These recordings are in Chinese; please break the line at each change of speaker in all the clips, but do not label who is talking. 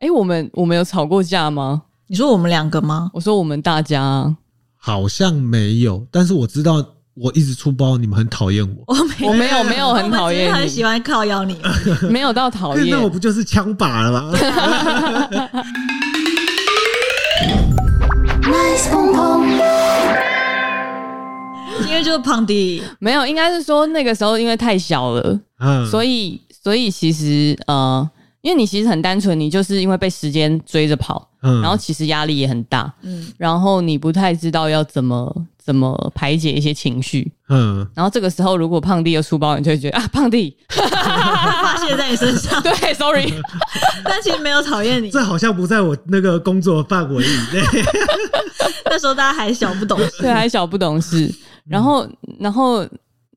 哎、我们我们有吵过架吗？
你说我们两个吗？
我说我们大家啊
好像没有，但是我知道我一直出包，你们很讨厌我。
我没
我没有没有很讨厌你
我们只是很喜欢靠邀 你。
没有到讨厌 啊
那我不就是枪靶了 吗？
今天就是胖迪，
没有，应该是说那个时候因为太小了，
嗯，
所
以
以所以其实呃，因为你其实很单纯，你就是因为被时间追着跑，
嗯
然后其实压力也很大，
嗯，
然后你不太知道要怎么怎么排解一些情绪，
嗯，
然后这个时候如果胖弟又出包，你就会觉得啊，胖弟
发泄在你身上，
对，sorry，
但其实没有讨厌你。
这好像不在我那个工作范围 以内。
那时候大家还小不懂事，
对，还小不懂 事，然后然后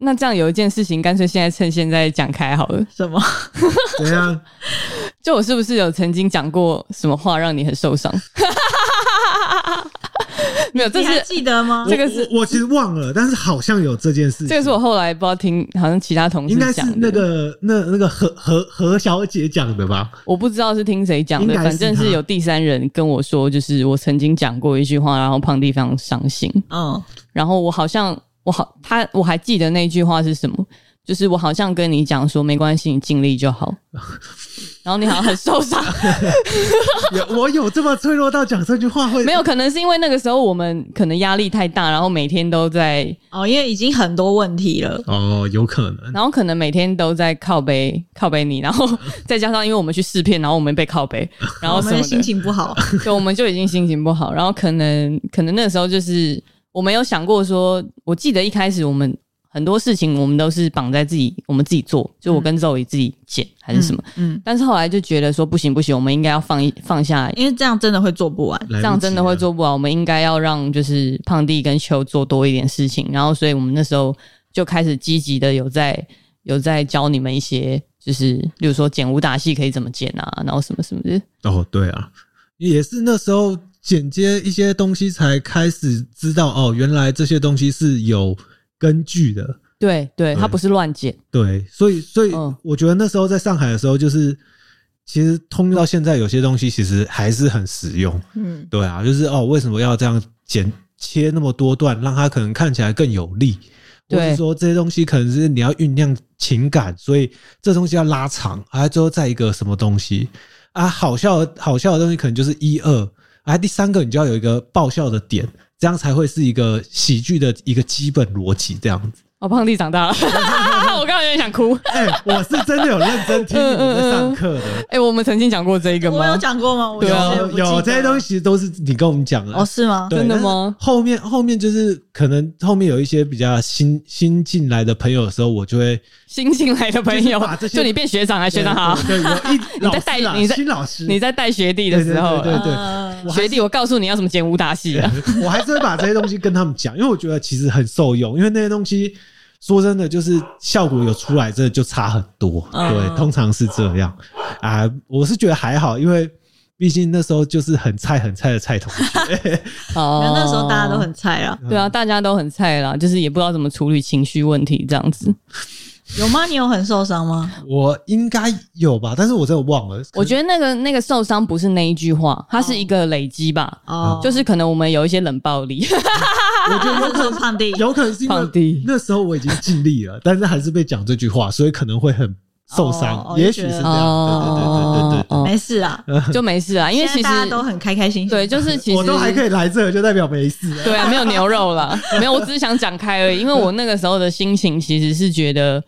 那这样有一件事情，干脆现在趁现在讲开好了，
什么？
怎样？
就我是不是有曾经讲过什么话让你很受 伤？没有，这
你还
是
记得吗
我？
这个是
我我其实忘了，但是好像有这件事情。
这个是我后来不知道听，好像其他同
应
事
该是
讲的，
那个那那个何何何小姐讲的吧？
我不知道是听谁讲的，
应该是
反正是
他
有第三人跟我说，就是我曾经讲过一句话，然后胖弟非常伤心，
嗯，
然后我好像我好他我还记得那句话是什么，就是我好像跟你讲说没关系，你尽力就好， 然后你好像很受伤，
有我有这么脆弱到讲这句话会
没有，可能是因为那个时候我们可能压力太大，然后每天都在
哦，因为已经很多问题了，
哦，有可能。
然后可能每天都在靠背靠背你，然后再加上因为我们去试片，然后我们被靠背，然后
我
什
们
么
的心
的，
情 不好，
对，我们就已经心情不好。然后可能可能那时候就是我没有想过说，我记得一开始我们很多事情我们都是绑在自己，我们自己做，就我跟 Zoe 自己剪还是什么。
嗯，
但是后来就觉得说不行不行，我们应该要放一放下，
因为这样真的会做不完。
这
这样真的会做不好。我们应该要让就是胖弟跟秋做多一点事情，然后所以我们那时候就开始积极的有在有在教你们一些，就是例如说剪武打戏可以怎么剪啊，然后什么什么的。
哦，对啊，也是那时候剪接一些东西才开始知道哦，原来这些东西是有根据的。
对对，他不是乱剪，
对，所以所以
嗯
我觉得那时候在上海的时候，就是其实通到现在有些东西其实还是很实用。
嗯，
对啊，就是哦，为什么要这样剪切那么多段，让它可能看起来更有力？或
对
是说这些东西可能是你要酝酿情感，所以这东西要拉长，啊，最后再一个什么东西啊？好笑的好笑的东西可能就是一二，啊，第三个你就要有一个爆笑的点，这样才会是一个喜剧的一个基本逻辑这样子。
哦，胖弟长大了，我刚刚有点想哭。
哎、我是真的有认真听你们在上课
嗯
的，
哎、我们曾经讲过这一个
我有
吗？
讲过吗？我
对啊
其实不记得
有这些东西其实都是你跟我们讲的。
哦，是吗？
对
真的吗？
但是后面后面就是可能后面有一些比较新新进来的朋友的时候，我就会
新进来的朋友
就是把这，些
就你变学长来，哎学长好，
对，对 有一
你
老
在
师啦
带你在
新老师，
你在带学弟的时候，啊
对对
嗯
我还
学弟，我告诉你要怎么剪武打戏啊。
我还是会把这些东西跟他们讲，因为我觉得其实很受用，因为那些东西说真的就是效果有出来，真的就差很多。
嗯
对，通常是这样啊、我是觉得还好，因为毕竟那时候就是很菜很菜的 菜同学。
哦
那那时候大家都很菜啦，
嗯
对啊，大家都很菜啦，就是也不知道怎么处理情绪问题这样子。
有吗？你有很受伤吗？
我应该有吧，但是我真的忘了。
我觉得那个那个受伤不是那一句话，它是一个累积吧，
哦，
就是可能我们有一些冷暴力。
我觉得有
就
可
是
能
胖弟，
有可能是因
放低
为那时候我已经尽力了，但是还是被讲这句话，所以可能会很受伤，
哦哦
也许是这样。对对对对对对
哦，
没事啦，
就没事啊，因为
现
其
在
实
大家都很开开心心。
对，就是其实
我都还可以来这，就代表没事。
对啊，没有牛肉啦，没有，我只是想讲开而已。因为我那个时候的心情其实是觉得，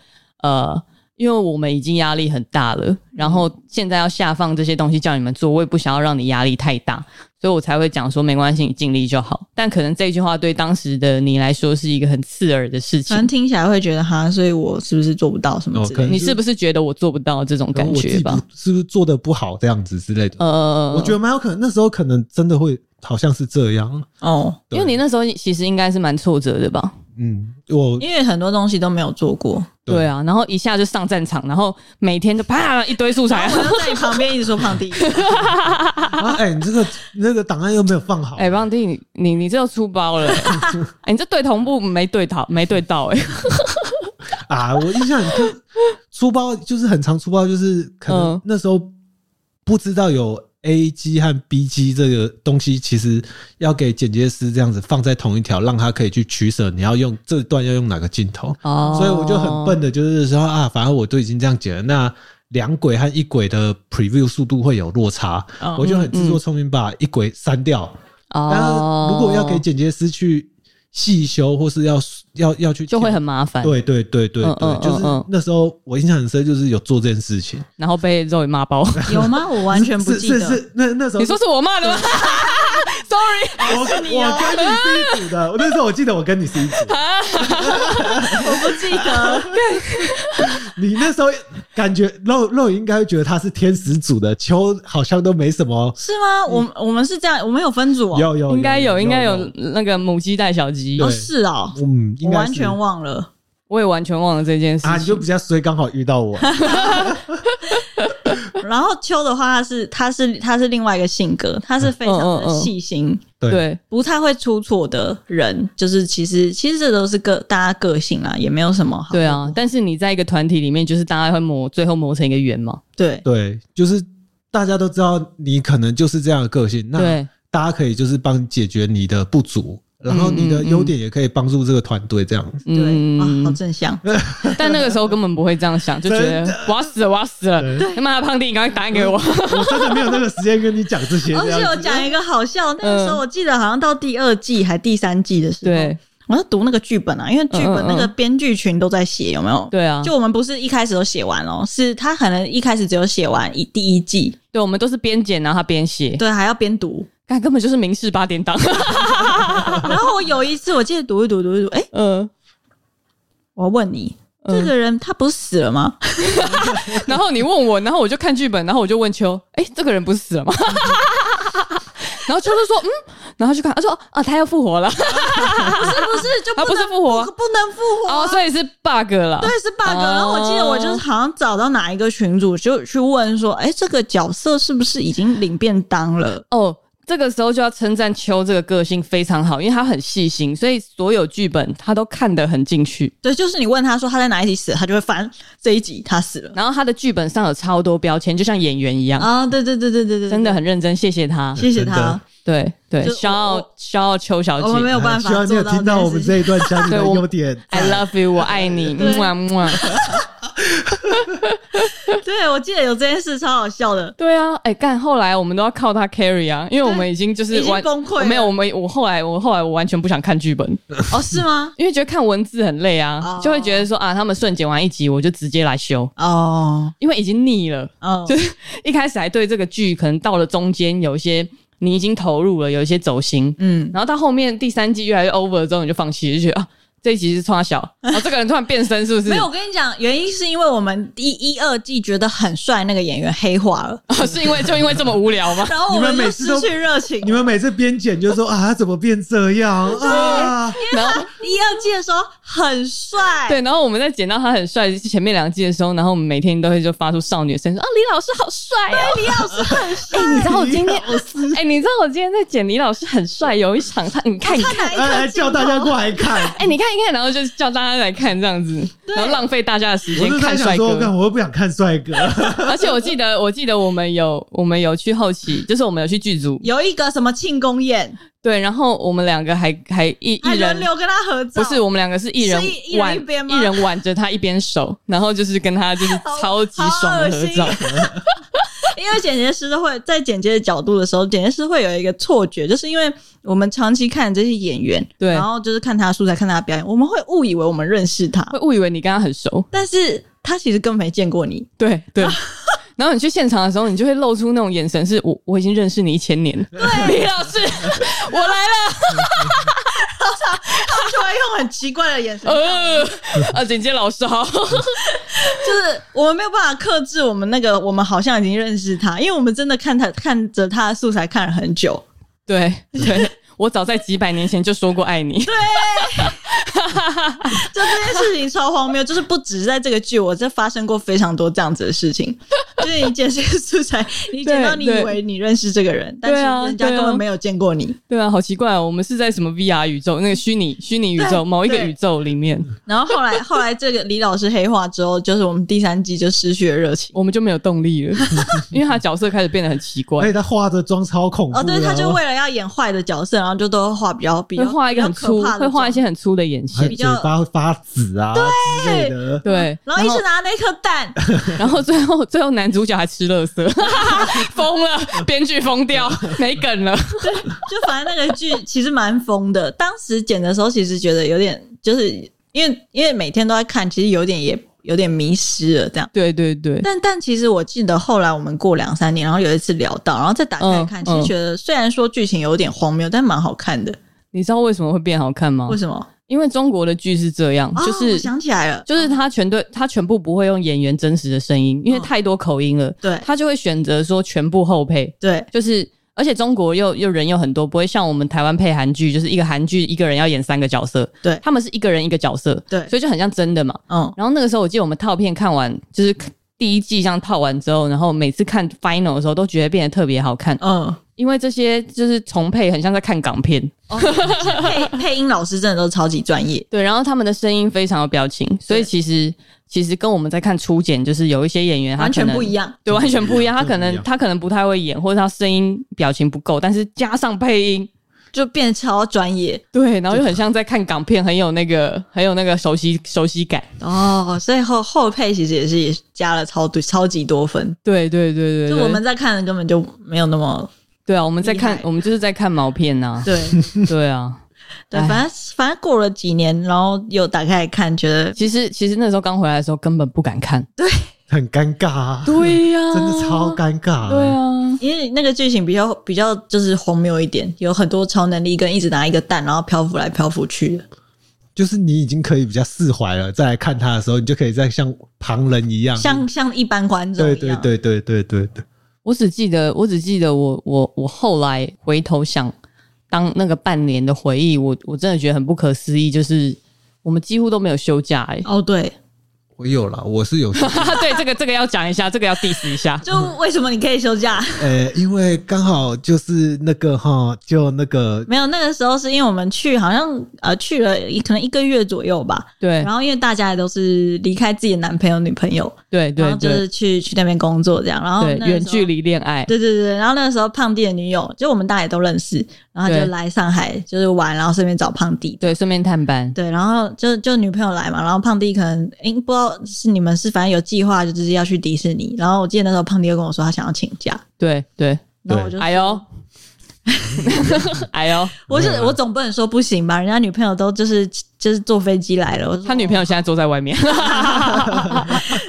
呃，因为我们已经压力很大了，然后现在要下放这些东西叫你们做，我也不想要让你压力太大，所以我才会讲说没关系，你尽力就好。但可能这句话对当时的你来说是一个很刺耳的事
可
情
能，听起来会觉得哈，所以我是不是做不到什么之
哦可
类
能
的？
你是不是觉得我做不到这种
可能
感
我自
觉
己不
吧？
是不是做的不好这样子之类的？
呃，
我觉得蛮有可能，那时候可能真的会好像是这样。
哦，
对
因为你那时候其实应该是蛮挫折的吧？
嗯， 我
因为很多东西都没有 做过，
对
对啊，然后一下就上战场，然后每天就啪一堆素材
然，后哦我就在你旁边一直 说胖弟，
啊，哎，你这个那个档案又没有放好
哎、，邦弟，你你你这又出包 了、欸，哎、你这对同步没对到，没对到、欸，哎，
啊，我印象很深出包就是很常出包，就是可能
嗯
那时候不知道有 A A 机和 B 机这个东西，其实要给剪接师这样子放在同一条，让他可以去取舍，你要用这段要用哪个镜头。
哦
所以我就很笨的，就是说啊，反正我都已经这样剪了，那两轨和一轨的 preview 速度会有落差，
嗯
我就很自作聪明把一轨删掉。
哦。
然后如果要给剪接师去细修，或是要要要去
就会
调
很麻烦，
对对对对对，
嗯嗯嗯
就是
嗯
那时候我印象很深，就是有做这件事情，
然后被肉爷骂爆。
有吗？我完全不
是
记得。
是是那那时候
你说是我骂的吗？Sorry，
我跟我
啊
跟你是一组的，那时候我记得我跟你是一组，
我不记得，
你那时候感觉肉肉应该会觉得他是天使组的，秋好像都没什么，
是 吗？我我们是这样，我们有分组哦。
有有
应该有，应该有
有，
那个母鸡带小鸡
对
哦，，是哦，
嗯，应
我
该
完
是
全忘了。
我也完全忘了这件事
啊，你就
情。
比较衰，刚好遇到 我，
然后秋的话，他是他是他是另外一个性格，他是非常
嗯嗯
的
嗯
细心，
对，
对，
不太会出错的人。就是其实其实这都是个大家个性啦，也没有什么好
对啊，但是你在一个团体里面，就是大家会磨，最后磨成一个圆嘛。
对
对，就是大家都知道你可能就是这样的个性，那
对，
大家可以就是帮你解决你的不足，然后你的
嗯嗯嗯
优点也可以帮助这个团队这样子。
对啊，好
嗯，
正向。
但那个时候根本不会这样想，就觉
真
得我要死了，我要死了
对。
他妈的，胖弟，你赶快打给我。
我真的没有那个时间跟你讲这 些。
而
这
且我
样子
讲一个好笑，那个时候我记得好像到第二季还第三季的时候，
对，
我在读那个剧本啊，因为剧
嗯
本
嗯嗯
那个编剧群都在写，有没有？
对啊，
就我们不是一开始都写完了，是他可能一开始只有写完一第一季，
对，我们都是边剪然后他边写，
对，还要边读。
看根本就是明示八点 档。
然后我有一次我记得读一读读一读，哎、
嗯，
我要问你，
嗯
这个人他不是死了吗？
然后你问我，然后我就看剧本，然后我就问秋，哎、这个人不是死了 吗？ 然后秋就说，嗯，然后就看，他说，啊，他要复活了，
不是不 是，就
他
不
不
能
是复活
不能复活啊、
哦，所以是 bug 了，
对，是 bug。然后我记得我就是好像找到哪一个群主就去问说，哎、这个角色是不是已经领便当了？
哦。这个时候就要称赞秋这个个性非常好，因为他很细心，所以所有剧本他都看得很进去。
对，就是你问他说他在哪一集死，他就会翻这一集他死了
然后他的剧本上有超多标签，就像演员一样，
啊！对对对对对对，
真的很认真。谢谢他，
谢谢
真的
他，
对对
就，
肖傲
我
肖傲秋小
我们没
姐
有办法
希望你有
做到
听到我
这件
们
事
这一段讲你的
对我
优点。
，I love you，我爱你， 嗯
对
么么。
对我记得有这件事超好笑的，
对啊，哎、干，后来我们都要靠他 carry 啊，因为我们已经就是
已经
完
崩溃了
没有，我们我后来我后来我完全不想看剧本，
哦，是吗？
因为觉得看文字很累啊，
哦
就会觉得说啊，他们瞬剪完一集，我就直接来修，
哦，
因为已经腻了。
哦，
一开始还对这个剧，可能到了中间有一些你已经投入了，有一些走心，
嗯，
然后到后面第三季越来越 over 之后，你就放弃，就觉得啊，这一集是穿小，啊，这个人突然变身是不是？
没有，我跟你讲，原因是因为我们第一二季觉得很帅那个演员黑化 了，
啊，是因为就因为这么无聊吗？
然后我
你们
就
每次
失
都
去热情。
你们每次编剪就说啊，他怎么变这样啊？
然后
一二季的时候很帅，
对，然后我们在剪到他很帅前面两季的时候，然后我们每天都会就发出少女声说啊，李老师好帅哦！
李老师很帅。
哎，你知道我今天
老师，
哎，你知道我今天在剪李老师很帅，有一场他你看你
他
看，
哪一
来来
个
叫大家过 来看。
哎，你看一看，然后就叫大家来看这样子，然后浪费大家的时
我
间
就在
看
想
帅
说，
哥
看。我又不想看帅哥，
而且我记得，我记得我们有我们有去后期，就是我们有去剧组，
有一个什么庆功宴，对
对，然后我们两个还还一
还
一
轮
人。
流跟他合照，
不是，我们两个是一人
是一一人
挽
一边吗
人挽着他一边手，然后就是跟他就是
好
超级
好
爽的
恶
合
心
照。
因为剪接师都会在剪接的角度的时候，剪接师会有一个错觉，就是因为我们长期看这些演员，
对
然后就是看他的素材、看他的表演，我们会误以为我们认识他，
会误以为你跟他很熟。
但是他其实根本没见过你。
对对。然后你去现场的时候，你就会露出那种眼神，是我我已经认识你一千年了，李老 师，我来了，
他就会用很奇怪的眼神，
呃，啊，简介老师 好，
就是我们没有办法克制我们那个，我们好像已经认识他，因为我们真的看他看着他的素材看了很久。
对对，我早在几百年前就说过爱你，对，
就这件事情超荒谬，就是不只是在这个剧，我这发生过非常多这样子的事 情。就是你剪这个素材，你剪到你以
对
为你认识这个人，但
对啊
是人家
对啊
根本没有见过你。
对啊，好奇怪、哦，我们是在什么 VR 宇宙？那个虚拟虚拟宇宙某一个
对
宇宙里面，
然后后来后来这个李老师黑化之后，就是我们第三季就失去了热情。
我们就没有动力 了，因为他角色开始变得很奇
而
怪
哎且。他化着妆超恐怖
哦，
的。
对，他就为了要演坏的角色，然后就都画比较比
啊会
较
画一个很粗，
比较可怕的
会画一些
妆。
很粗的眼
还
线
比，
嘴
较
巴会发紫啊之类的。
对，
然后一直拿那颗蛋，
然后最后最后男主角还吃垃圾， 疯了，编剧疯掉，没梗了。
就反正那个剧其实蛮疯的。当时剪的时候，其实觉得有点，就是因为因为每天都在看，其实有点也有点迷失了这样。
对对对，
但但其实我记得后来我们过两三年，然后有一次聊到，然后再打开看，
嗯
其实觉得虽然说剧情有点荒谬，但蛮好看的。
你知道为什么会变好看吗
为？什么？
因为中国的剧是这样，哦就
哦我
是
想起来了，
就是他全对他全部不会用演员真实的声音，因为
嗯
太多口音了，
对
他就会选择说全部后配，
对
就是。而且中国又又人又很多，不会像我们台湾配韩剧，就是一个韩剧一个人要演三个角色，
对
他们是一个人一个角色，
对
所以就很像真的嘛。
嗯，
然后那个时候我记得我们套片看完，就是第一季这样套完之后，然后每次看 final 的时候都觉得变得特别好看，
嗯，
因为这些就是重配很像在看港片，
配 配音老师真的都超级专业，
对，然后他们的声音非常有表情，所以其实其实跟我们在看初剪，就是有一些演员他
完全
可能
不一。样。
对，完全不一样。他可
真的不一
能
样
他可能不太会演，或者他声音表情不够，但是加上配音，
就变得超专业
对，然后就很像在看港片，很有那个很有那个熟悉熟悉感。
哦，所以后后配其实也是也是加了超多超级多分，
对对对对
就
对
我们在看的根本就没有 那么
对啊，我们在看
厉害
我们就是在看毛片 呐、
对
对啊，
对，
哎
反正反正过了几年，然后又打开来看，觉得
其实其实那时候刚回来的时候根本不敢看。
很尴尬、啊，
对呀、
真的超尴尬、
对，啊，
因为那个剧情比较比较就是荒谬一点，有很多超能力跟一直拿一个蛋，然后漂浮来漂浮去的。
嗯
就是你已经可以比较释怀了，再来看他的时候，你就可以再像旁人一样，
像像一般观众一
对
样，
对对对对对对，
我只记得我只记得我我我后来回头想，当那个半年的回忆，我我真的觉得很不可思议，就是我们几乎都没有休假哎、
哦对，
我有了，我是有，
啊对，这个这个要讲一下，这个要 diss 一下。
就为什么你可以休假？
呃，因为刚好就是那个哈，就那个
没有，那个时候是因为我们去好像呃去了一可能一个月左右吧，
对
然后因为大家也都是离开自己的男朋友女朋友，
对
然
对
后就
对
是去去那边工作这样，然后
对，
那个
远
时候
距。离恋爱，
对对对，然后那个时候胖弟的女友，就我们大家也都认识，然后就
对
来上海就是玩，然后顺便找胖弟。
对，顺便探班。
对，然后就就女朋友来嘛，然后胖弟可能诶、不知道是你们是反正有计划，就是要去迪士尼。然后我记得那时候胖弟就跟我说他想要请假，
对对，
然后我就
哎 呦，哎呦，
我是
没有啊
我总不能说不行吧，人家女朋友都就是就是坐飞机来了，我就说
他女朋友现在坐在外面。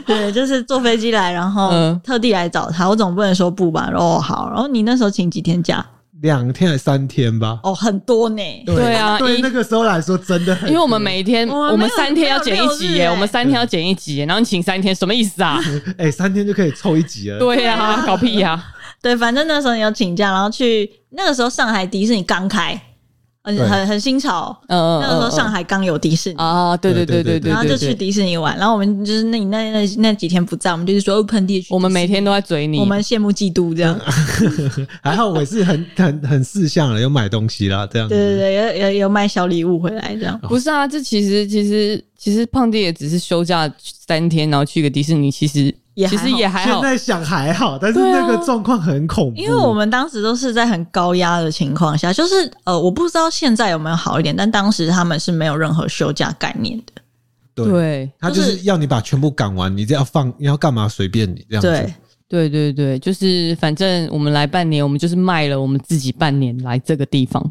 对，就是坐飞机来，然后
嗯
特地来找他，我总不能说不吧。然后哦好，然后你那时候请几天假？
两天还三天吧，
哦，很多呢。
对啊
对
一
那个时候来说真的很，
因为我们每一天，
我们
我
没
们
有
三天要剪一集
没有六日
耶，
欸
我们三天要剪一集耶，然后你请三天，什么意思啊？
哎、三天就可以凑一集了，
对呀，搞屁呀！
对，反正那时候你有请假，然后去那个时候上海迪士尼刚开，很
对
很很新潮，
嗯，
那个时候上海刚有迪士尼。
啊，对对对对对
然后就
对
去
对，
迪士尼玩，然后我们就是那你那那那几天不在，我们就是说哦喷地，
我们每天都在嘴你，
我们羡慕嫉妒这 样，
还好我是很很很识相了，有买东西啦，这样子。
对对对，有有有买小礼物回来这样，
不是啊，这其实其实其实胖弟也只是休假三天，然后去个迪士尼，其实
也还
其
好啊
实也还
现
好。
在想还好，但是
对啊
那个状况很恐怖。
因为我们当时都是在很高压的情况下，就是呃，我不知道现在有没有好一点，但当时他们是没有任何休假概念的。
对，
对
他就
就是
是要你把全部赶完，你这要放，你要干嘛随便你这样子
对。
对对对，就是反正我们来半年，我们就是卖了我们自己半年来这个地方，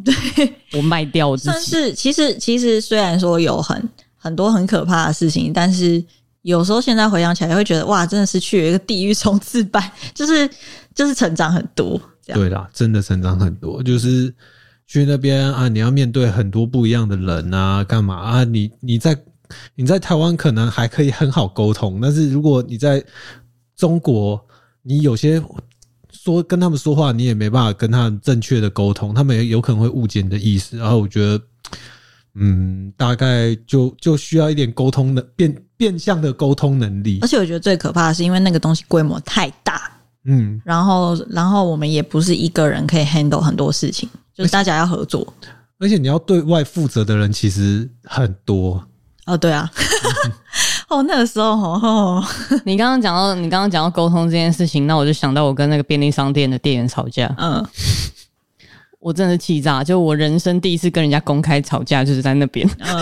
我卖掉我自
算
己。
是其实其实虽然说有很很多很可怕的事情，但是有时候现在回想起来会觉得哇，真的是去了一个地狱冲刺班， 就是就是成长很多这样。
对啦，真的成长很多，就是去那边啊，你要面对很多不一样的人啊，干嘛啊？你你在你在台湾可能还可以很好沟通，但是如果你在中国，你有些说跟他们说话，你也没办法跟他们正确的沟通，他们也有可能会误解你的意思。然后我觉得，嗯，大概就就需要一点沟通的变变相的沟通能力
而。且我觉得最可怕的是，因为那个东西规模太大，
嗯，
然后然后我们也不是一个人可以 handle 很多事情，就是大家要合作。
而且你要对外负责的人其实很多。
哦，对啊， 哦那个时候哦，
你刚刚讲到你刚刚讲到沟通这件事情，那我就想到我跟那个便利商店的店员吵架，
嗯，
我真的是气炸，就我人生第一次跟人家公开吵架，就是在那边，
嗯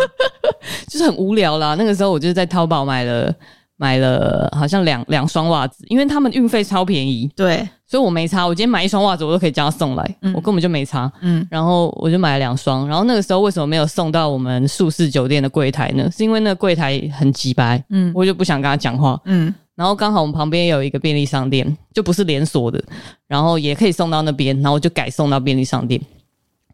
就是很无聊啦。那个时候我就是在淘宝买了买了好像两两双袜子，因为他们运费超便宜，
对，
所以我没差。我今天买一双袜子，我都可以叫他送来，
嗯
我根本就没差。
嗯，
然后我就买了两双，然后那个时候为什么没有送到我们宿舍酒店的柜台呢？是因为那个柜台很急白，
嗯
我就不想跟他讲话。
嗯
然后刚好我们旁边有一个便利商店，就不是连锁的，然后也可以送到那边，然后我就改送到便利商店。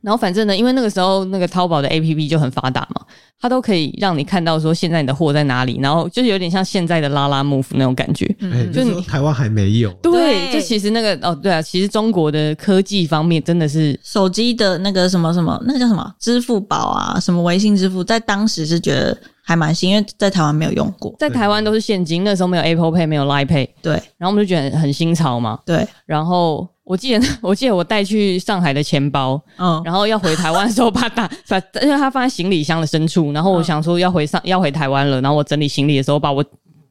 然后反正呢，因为那个时候那个淘宝的 APP 就很发达嘛，它都可以让你看到说现在你的货在哪里，然后就是有点像现在的拉拉 move 那种感觉。
哎、
嗯，
就
就
你
是台湾还没有。
对，
对
就其实那个哦，对啊，其实中国的科技方面真的是
手机的那个什么什么，那个叫什么支付宝啊，什么微信支付，在当时是觉得还蛮新，因为在台湾没有用过。
在台湾都是现金，那时候没有 Apple Pay，没有 Line Pay，
对
然后我们就觉得很很新潮嘛。
对，
然后我记得 我记得我带去上海的钱包，
嗯
然后要回台湾的时候，把它打把，因为它放在行李箱的深处，然后我想说要回上要回台湾了，然后我整理行李的时候，把我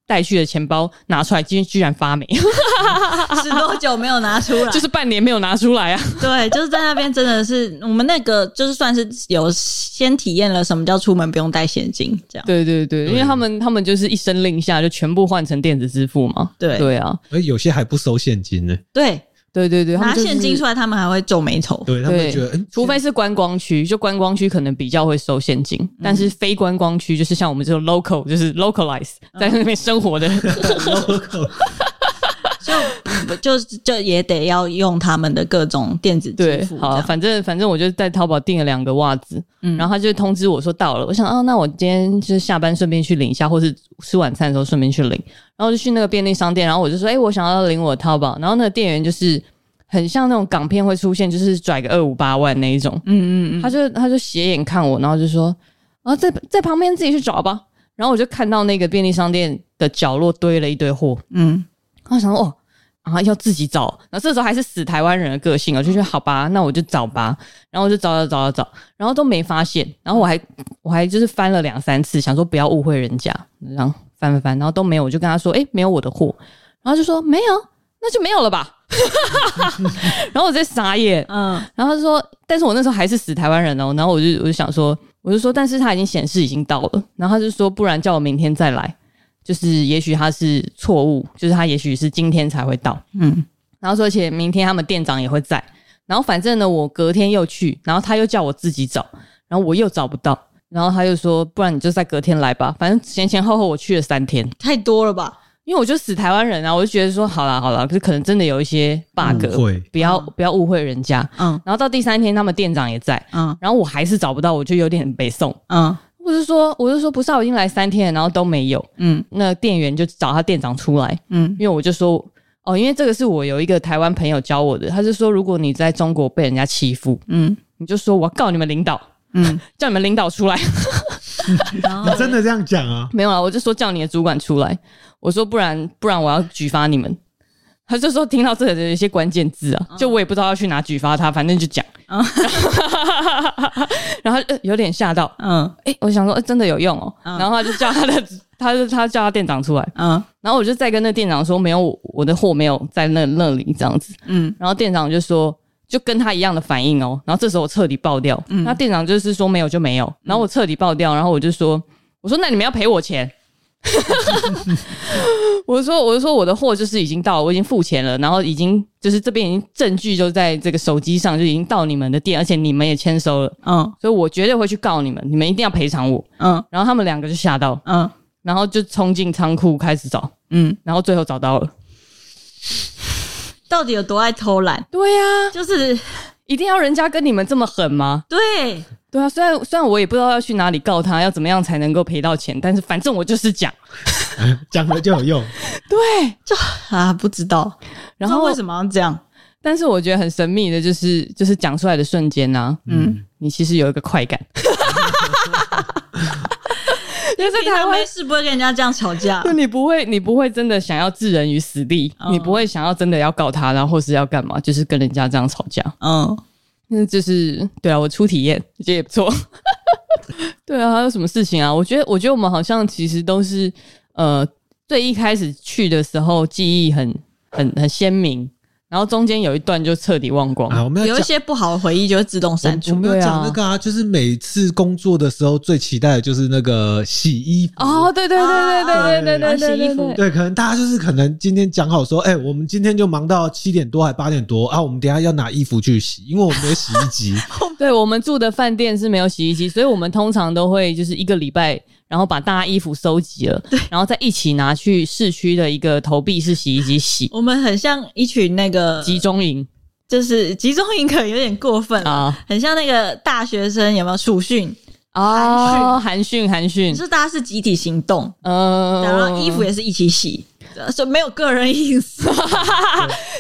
带去的钱包拿出来，居居然发霉，
是多久没有拿出 来？
就是半年没有拿出来啊。
对，就是在那边真的是我们那个就是算是有先体验了什么叫出门不用带现金这样。
对对对，因为他们他们就是一声令下就全部换成电子支付嘛。
对
对啊，
而有些还不收现金呢、
对，
对对对，他们
拿
就是
现金出来他们还会皱眉头。
对他
对
们觉得，嗯
除非是观光区，就观光区可能比较会收现金，但是非观光区就是像我们这种 local，就是 localize 在那边生活的，
不就就也得要用他们的各种电子支
对
付，这
好啊，
样。
反正反正我就在淘宝订了两个袜子，
嗯
然后他就通知我说到了，我想啊，那我今天就是下班顺便去领一下，或是吃晚餐的时候顺便去领，然后就去那个便利商店，然后我就说，哎、我想要领我的淘宝，然后那个店员就是很像那种港片会出现，就是拽个二五八万那一种，
嗯嗯嗯，
他就他就斜眼看我，然后就说：“啊，在在旁边自己去找吧。”然后我就看到那个便利商店的角落堆了一堆货，
嗯，
然后想说：“哦，啊，要自己找。”然后这时候还是死台湾人的个性，哦我就觉得好吧，那我就找吧。然后我就找找找找找，然后都没发现。然后我还我还就是翻了两三次，想说不要误会人家，然后翻翻翻，然后都没有，我就跟他说：“诶，没有我的货。”然后就说：“没有，那就没有了吧。” 然后我在傻眼，
嗯
然后他就说，但是我那时候还是死台湾人哦，然后我就我就想说，我就说，但是他已经显示已经到了，然后他就说，不然叫我明天再来，就是也许他是错误，就是他也许是今天才会到，
嗯
然后说而且明天他们店长也会在，然后反正呢，我隔天又去，然后他又叫我自己找，然后我又找不到，然后他就说，不然你就在隔天来吧，反正前前后后我去了三天，
太多了吧？
因为我就死台湾人啊，我就觉得说，好啦好啦，可是可能真的有一些 bug，
误会
不要
嗯
不要误会人家。
嗯
然后到第三天，他们店长也在，
嗯
然后我还是找不到，我就有点北宋。
嗯
我就说，我就说不是啊，我已经来三天了，然后都没有。
嗯
那店员就找他店长出来，
嗯
因为我就说，哦，因为这个是我有一个台湾朋友教我的，他是说，如果你在中国被人家欺负，
嗯
你就说我要告你们领导，
嗯，
叫你们领导出来。
然后
你真的这样讲啊？
没有啊，我就说叫你的主管出来，我说不然不然我要举发你们。他就说听到这里的一些关键字啊，就我也不知道要去哪举发他，反正就讲。 然后他就呃有点吓到，
嗯
哎、我想说、呃真的有用哦、
嗯
然后他就叫他的，他就他叫他店长出来，
嗯
然后我就再跟那店长说没有我我的货没有在那那里这样子，
嗯
然后店长就说就跟他一样的反应哦，然后这时候我彻底爆掉，那店长就是说没有就没有，然后我彻底爆掉，然后我就说我说那你们要赔我钱。 我就说，我就说我的货就是已经到了，我已经付钱了，然后已经就是这边已经证据就在这个手机上，就已经到你们的店，而且你们也签收了，
嗯
所以我绝对会去告你们，你们一定要赔偿我。
嗯
然后他们两个就吓到，
嗯
然后就冲进仓库开始找，
嗯，
然后最后找到了。
到底有多爱偷懒？
对呀、
就是
一定要人家跟你们这么狠吗？
对，
对啊，虽然虽然我也不知道要去哪里告他，要怎么样才能够赔到钱，但是反正我就是讲
讲了就有用。
对。
啊，不知道，
然
不知道
后
为，什么要这样？
但是我觉得很神啊秘的就是，就是讲出来的瞬间呢、
嗯
你其实有一个快感，因为在
平
台
常
湾
没事不会跟人家这样吵架
就。你不会，你不会真的想要置人于死地，
嗯
你不会想要真的要告他，然后或是要干嘛，就是跟人家这样吵架。
嗯，
那就是对啊，我初体验，我觉得也不错。 对啊，还有什么事情啊？我觉得，我觉得我们好像其实都是呃，最一开始去的时候记忆很很很鲜明，然后中间有一段就彻底忘光了。
啊，我们要
有一
讲。
些不好的回忆就会自动删
我
除。
们要
对啊
讲那个啊，就是每次工作的时候最期待的就是那个洗衣服。
哦，对对对对对对对对对
啊洗衣
对
服
对对，
对，可能大家就是可能今天讲好说，哎、我们今天就忙到七点多还八点多啊，我们等一下要拿衣服去洗，因为我们没有洗衣机。
对我们住的饭店是没有洗衣机，所以我们通常都会就是一个礼拜，然后把大家衣服收集了，然后再一起拿去市区的一个投币式洗衣机洗，
我们很像一群那个，
集中营
就是集中营，可能有点过分了，
啊
很像那个大学生有没有暑训？
嗯
哦，寒训寒训
就，是大家是集体行动，
嗯，
哦
然后衣服也是一起洗，呃所以没有个人隐私。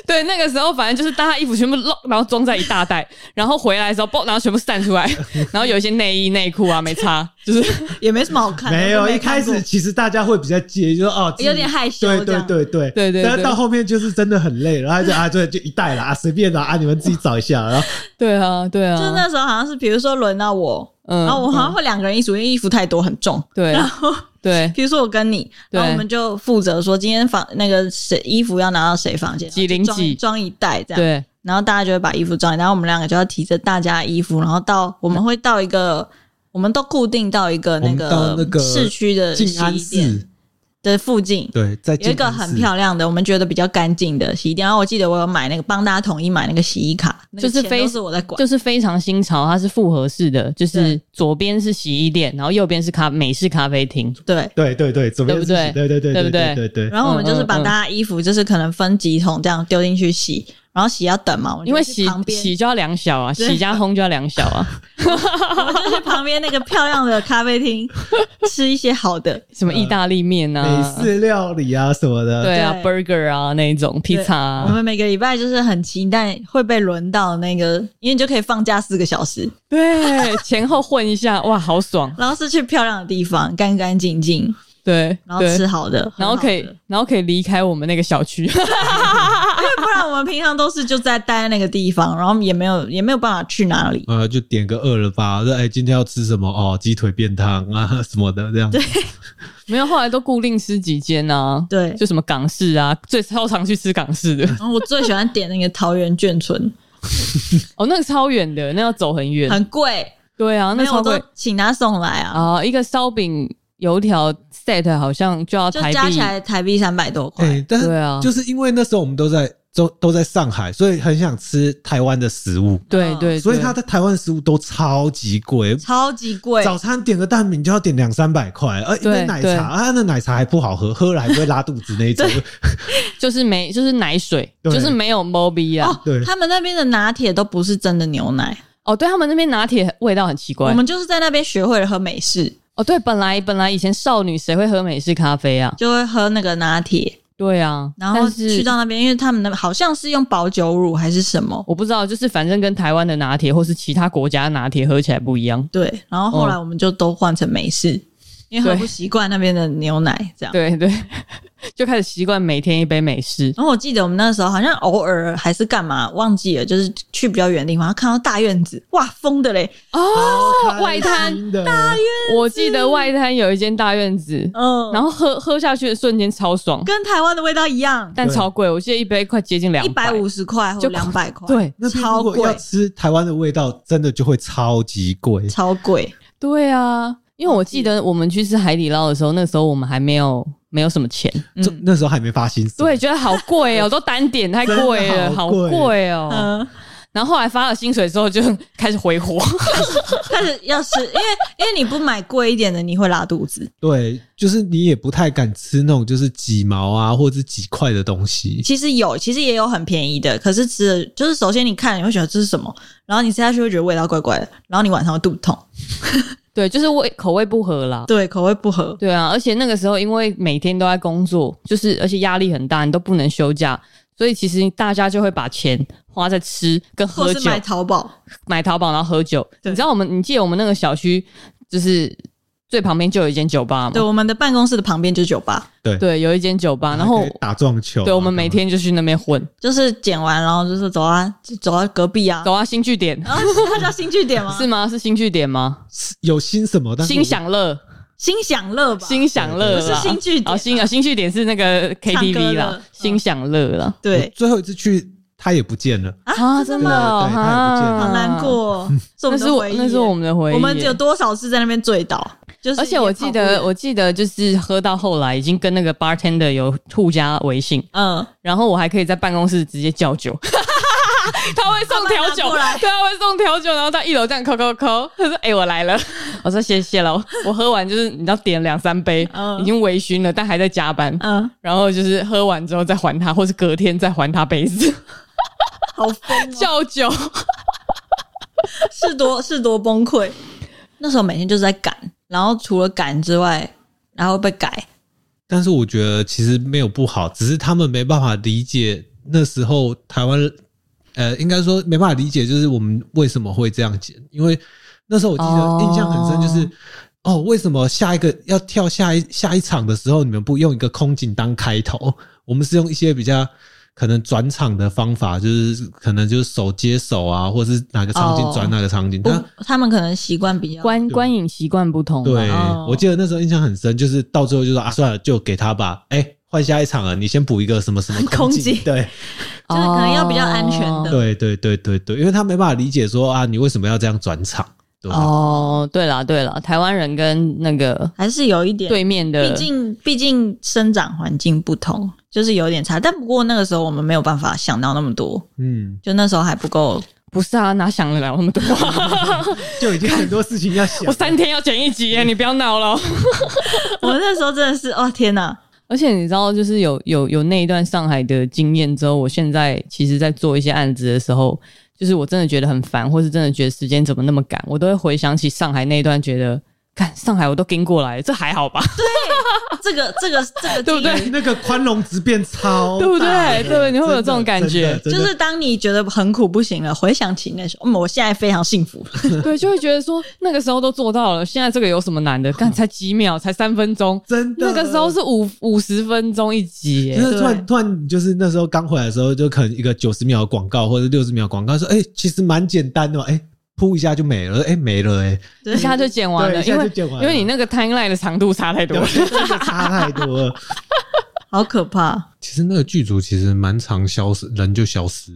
对，那个时候反正就是大家衣服全部露，然后装在一大袋，然后回来的时候，嘣，然后全部散 出来，然后有一些内衣内裤啊没擦，就是
也没什么好看的。
没
都
有，一
看
开
过
始其实大家会比较介意，就是哦，自己
有点害羞
对
这
对
样
对对
对对
但
对
是到后面就是真的很累，然后就啊， 对，就一袋啦，啊，随便啦，啊，你们自己找一下。 然后
对啊对啊，
就是那时候好像是，比如说轮到我，
嗯
然后哦我好像会两个人一组，因为衣服太多很重。
对啊
然后
对
比如说我跟你，然后
对
我们就负责说今天房那个谁衣服要拿到谁房间，
几
然后就
零几
装装一袋这样。
对
然后大家就会把衣服装一袋，然后我们两个就要提着大家的衣服，然后到我们会到一个，我们都固定到一个
我
那
们到那个
市区的洗
静安
衣店
寺，
的附近。
对，在
有一个很漂亮的，我们觉得比较干净的洗衣店。然后我记得我有买那个帮大家统一买那个洗衣卡，那个
就是
钱
非
都是我在管。
就是非常新潮，它是复合式的，就是
对
左边是洗衣店，然后右边是咖美式咖啡厅。
对，
亮，对对对，怎么样
对不对
对对对
对不
对
对
对对。
然后我们就是把
嗯嗯嗯
大家衣服就是可能分几桶这样丢进去洗，然后洗要等嘛，我们就
因为
去
洗
旁边
洗就要两小啊，
对
洗加烘就要两小啊，
我们就去旁边那个漂亮的咖啡厅 吃一些好的，
什么意大利面
美
啊，
式料理啊什么的，
对啊
对
，burger 啊那一种披萨
我
啊，
们每个礼拜就是很期待会被轮到那个，因为你就可以放假四个小时，
对，前后混一下，哇，好爽，
然后是去漂亮的地方，干干净净，
对，
然后
对
吃好的，
然后 可以
很好的，
然后可以离开我们那个小区，
不然我们平常都是就在待在那个地方，然后也没有也没有办法去哪里。
呃，就点个饿了吧，说哎、今天要吃什么？哦，鸡腿便当啊什么的，这样。对，
没有，后来都固定吃几间啊，
对
就什么港式啊，最超常去吃港式的，
然后我最喜欢点那个桃园眷 村，
哦，那个超远的，那要走很远，
很贵，
对啊，那
没有我
超
都
贵
请他送来啊，
啊，一个烧饼油条 set 好像就要
就
台
加起
币，
来台币三百多块。
哎、但是
对啊
就是因为那时候我们都在都都在上海，所以很想吃台湾的食物，
对
嗯
对，
所以
对
他在台湾的食物都超级贵。
超级贵，
早餐点个蛋饼就要点两三百块，而一
对
杯奶
对
茶啊，那奶茶还不好喝，喝了还不会拉肚子那一种。
就是没就是奶水，
对
就是没有 Moby 啊。
对，
哦他们那边的拿铁都不是真的牛奶，
哦，对他们那边拿铁味道很奇
我
怪。
们就是在那边学会了喝美式，
哦，对，本来本来以前少女谁会喝美式咖啡啊？
就会喝那个拿铁，
对啊，
然后
但是
去到那边，因为他们那好像是用保酒乳还是什么，
我不知道，就是反正跟台湾的拿铁或是其他国家的拿铁喝起来不一样。
对，然后后来我们就都换成美式，因为喝
对
不习惯那边的牛奶这样。
对对， 就开始习惯每天一杯美式。
然后我记得我们那时候好像偶尔还是干嘛忘记了，就是去比较远的地方，看到大院子，哇，疯的嘞，
哦
超
外
开
滩，
心的，大
我记得外滩有一间大院子，
嗯，
然后喝喝下去的瞬间超爽，
跟台湾的味道一样，
但超贵，我记得一杯快接近两
一百。五十块或
就
两百块，，
对
那边如
超
果
贵
要吃台湾的味道，真的就会超级贵。
超贵，
对啊，因为我记得我们去吃海底捞的时候，那时候我们还没有没有什么钱，
就那时候还没发薪水，
嗯对，觉得好贵哦，都单点太贵
真
了，
的
好
好贵
贵哦。
嗯，
然后后来发了薪水之后，就开始挥霍。
但是要吃，因为因为你不买贵一点的，你会拉肚子。
对，就是你也不太敢吃那种就是几毛啊或者是几块的东西。
其实有，其实也有很便宜的，可是吃了就是首先你看你会觉得这是什么，然后你吃下去会觉得味道怪怪的，然后你晚上会肚子痛，
对，就是味口味不合啦。
对，口味不合，
对啊，而且那个时候因为每天都在工作，就是而且压力很大，你都不能休假，所以其实大家就会把钱花在吃跟喝
或是
酒、
买
买
淘宝，
淘宝然后喝酒。
对
你知道我们，你记得我们那个小区就是最旁边就有一间酒吧
对，
嘛，
我们的办公室的旁边就是酒吧，
对，有一间酒吧，然后
还可以打撞球啊，
哦对我们每
干嘛
天就去那边混，
就是剪完然后就是走啊走到隔壁啊，
走啊，新据点
然后它叫新据 点吗？
是吗？是新据点吗？
有新什么，但是我
新享乐，
新享乐吧？
新享乐
不是
啦
新据点
哦，新啊，新据点是那个
唱歌
KTV
的
啦
嗯，
新享乐啦。
对
最后一次去他也不见了，
啊，真的哦
对对他也不见了
好难，过哦，是
那
我们
是
的
我
回忆
那是我们的回忆。
我们有多少次在那边醉倒？就是
而且我
也跑
记
不
得，
远
我记得就是喝到后来，已经跟那个 bartender 有互加微信，
嗯，
然后我还可以在办公室直接叫酒， 他会送调
他把它拿
酒
过来，
对，他会送调酒，然后到一楼这样扣扣扣，他说：“哎、我来了。”我说：“谢谢了。”我喝完就是你知道点两三杯，
嗯
已经微醺了，但还在加班，
嗯，
然后就是喝完之后再还他，或是隔天再还他杯子
好疯、哦，
叫酒。
是多是多崩溃。那时候每天就是在赶，然后除了赶之外，然后被改，
但是我觉得其实没有不好，只是他们没办法理解那时候台湾，呃，应该说没办法理解，就是我们为什么会这样剪，因为那时候我记
哦
得印象很深，就是。哦，为什么下一个要跳下一下一场的时候，你们不用一个空警当开头？我们是用一些比较可能转场的方法，就是可能就是手接手啊，或是哪个场景
哦
转哪个场景。但
不他们可能习惯比较
观观影习惯不同，
对，
哦
我记得那时候印象很深，就是到最后就说啊，算了，就给他吧。哎、换下一场了，你先补一个什么什么
空
景
姐
对
就是可能要比较安全的
对对对对对，因为他没办法理解说啊，你为什么要这样转场，对吧？
哦，对啦对啦，台湾人跟那个
还是有一点
对面的，
毕竟毕竟生长环境不同，就是有点差。但不过那个时候我们没有办法想到那么多，
嗯，
就那时候还不够。
不是啊，哪想得了那 么多？
就已经很多事情要想
我三天要剪一集耶，你不要闹了。
我们那时候真的是，哦天哪！
而且你知道，就是有有有那一段上海的经验之后，我现在其实，在做一些案子的时候，就是我真的觉得很烦，或是真的觉得时间怎么那么赶，我都会回想起上海那一段，觉得。看上海，我都跟过来了，这还好吧？
这个这个这个
对不对
经历
那个宽容值变超大，
对不对？对，你会有这种
真的
感觉，
真的真的
就是当你觉得很苦不行了，回想起那时候，嗯，我现在非常幸福。
对，就会觉得说那个时候都做到了，嗯现在这个有什么难的？干才几秒，才三分钟，
真的
那个时候是五五十分钟一集耶，
就是突
对
然突然，就是那时候刚回来的时候，就可能一个九十秒的广告或者六十秒的广告，说哎、其实蛮简单的嘛，哎、扑一下就没了，哎、没了、哎。
对
一下就剪完了，
对一下
因为
就剪完
因
了
为你那个 timeline 的长度差太多了。
对，真的差太多了。
好可怕，
其实那个剧组其实蛮常消失，人就消失。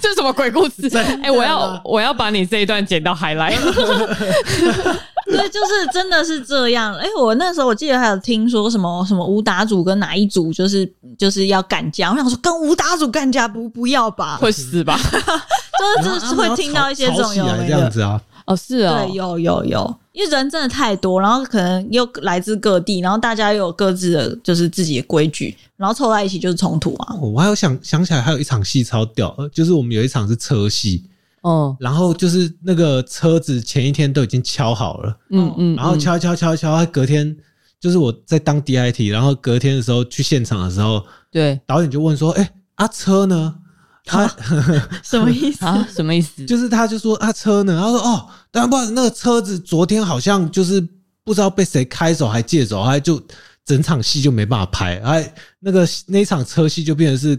这是什么鬼故事？哎、我要我要把你这一段剪到海 来。
对，就是真的是这样。哎、我那时候我记得还有听说什么什么武打组跟哪一组，就是就是要干架。我想说，跟武打组干架不不要吧？
会死吧？
就是就是会听到一些这种有
然后吵
没
起来这
的
样。子啊，
哦，是哦
对，，有有有，因为人真的太多，然后可能又来自各地，然后大家又有各自的就是自己的规矩，然后凑在一起就是冲突啊。
我还有想想起来，还有一场戏超屌，呃就是我们有一场是车戏，
哦，
然后就是那个车子前一天都已经敲好了，
嗯嗯，
然后敲敲敲敲，他隔天就是我在当 DIT，然后隔天的时候去现场的时候，
对
导演就问说：“哎、啊车呢？” 啊他
什么意思？
啊，什么意思？
就是他就说啊车呢，他说哦，当然不好意思，那个车子昨天好像就是不知道被谁开走还借走，还就整场戏就没办法拍，哎，那个那一场车戏就变成是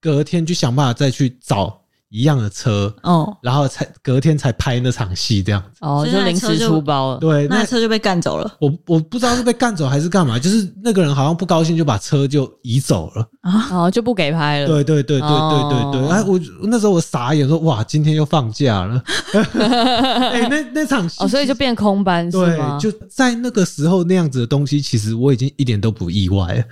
隔天去想办法再去找一样的车，
嗯
哦，
然后才隔天才拍那场戏这样子。
哦，就临时出包了。
对，
那
那
台车就被干走了。
我我不知道是被干走还是干嘛，就是那个人好像不高兴就把车就移走了。
哦，就不给拍了。
对对对对对对对，
哦
哎，我那时候我傻眼说哇，今天又放 假了。哎，那那场戏
哦，所以就变空班是
对
吗，？
就在那个时候那样子的东西，其实我已经一点都不意外了。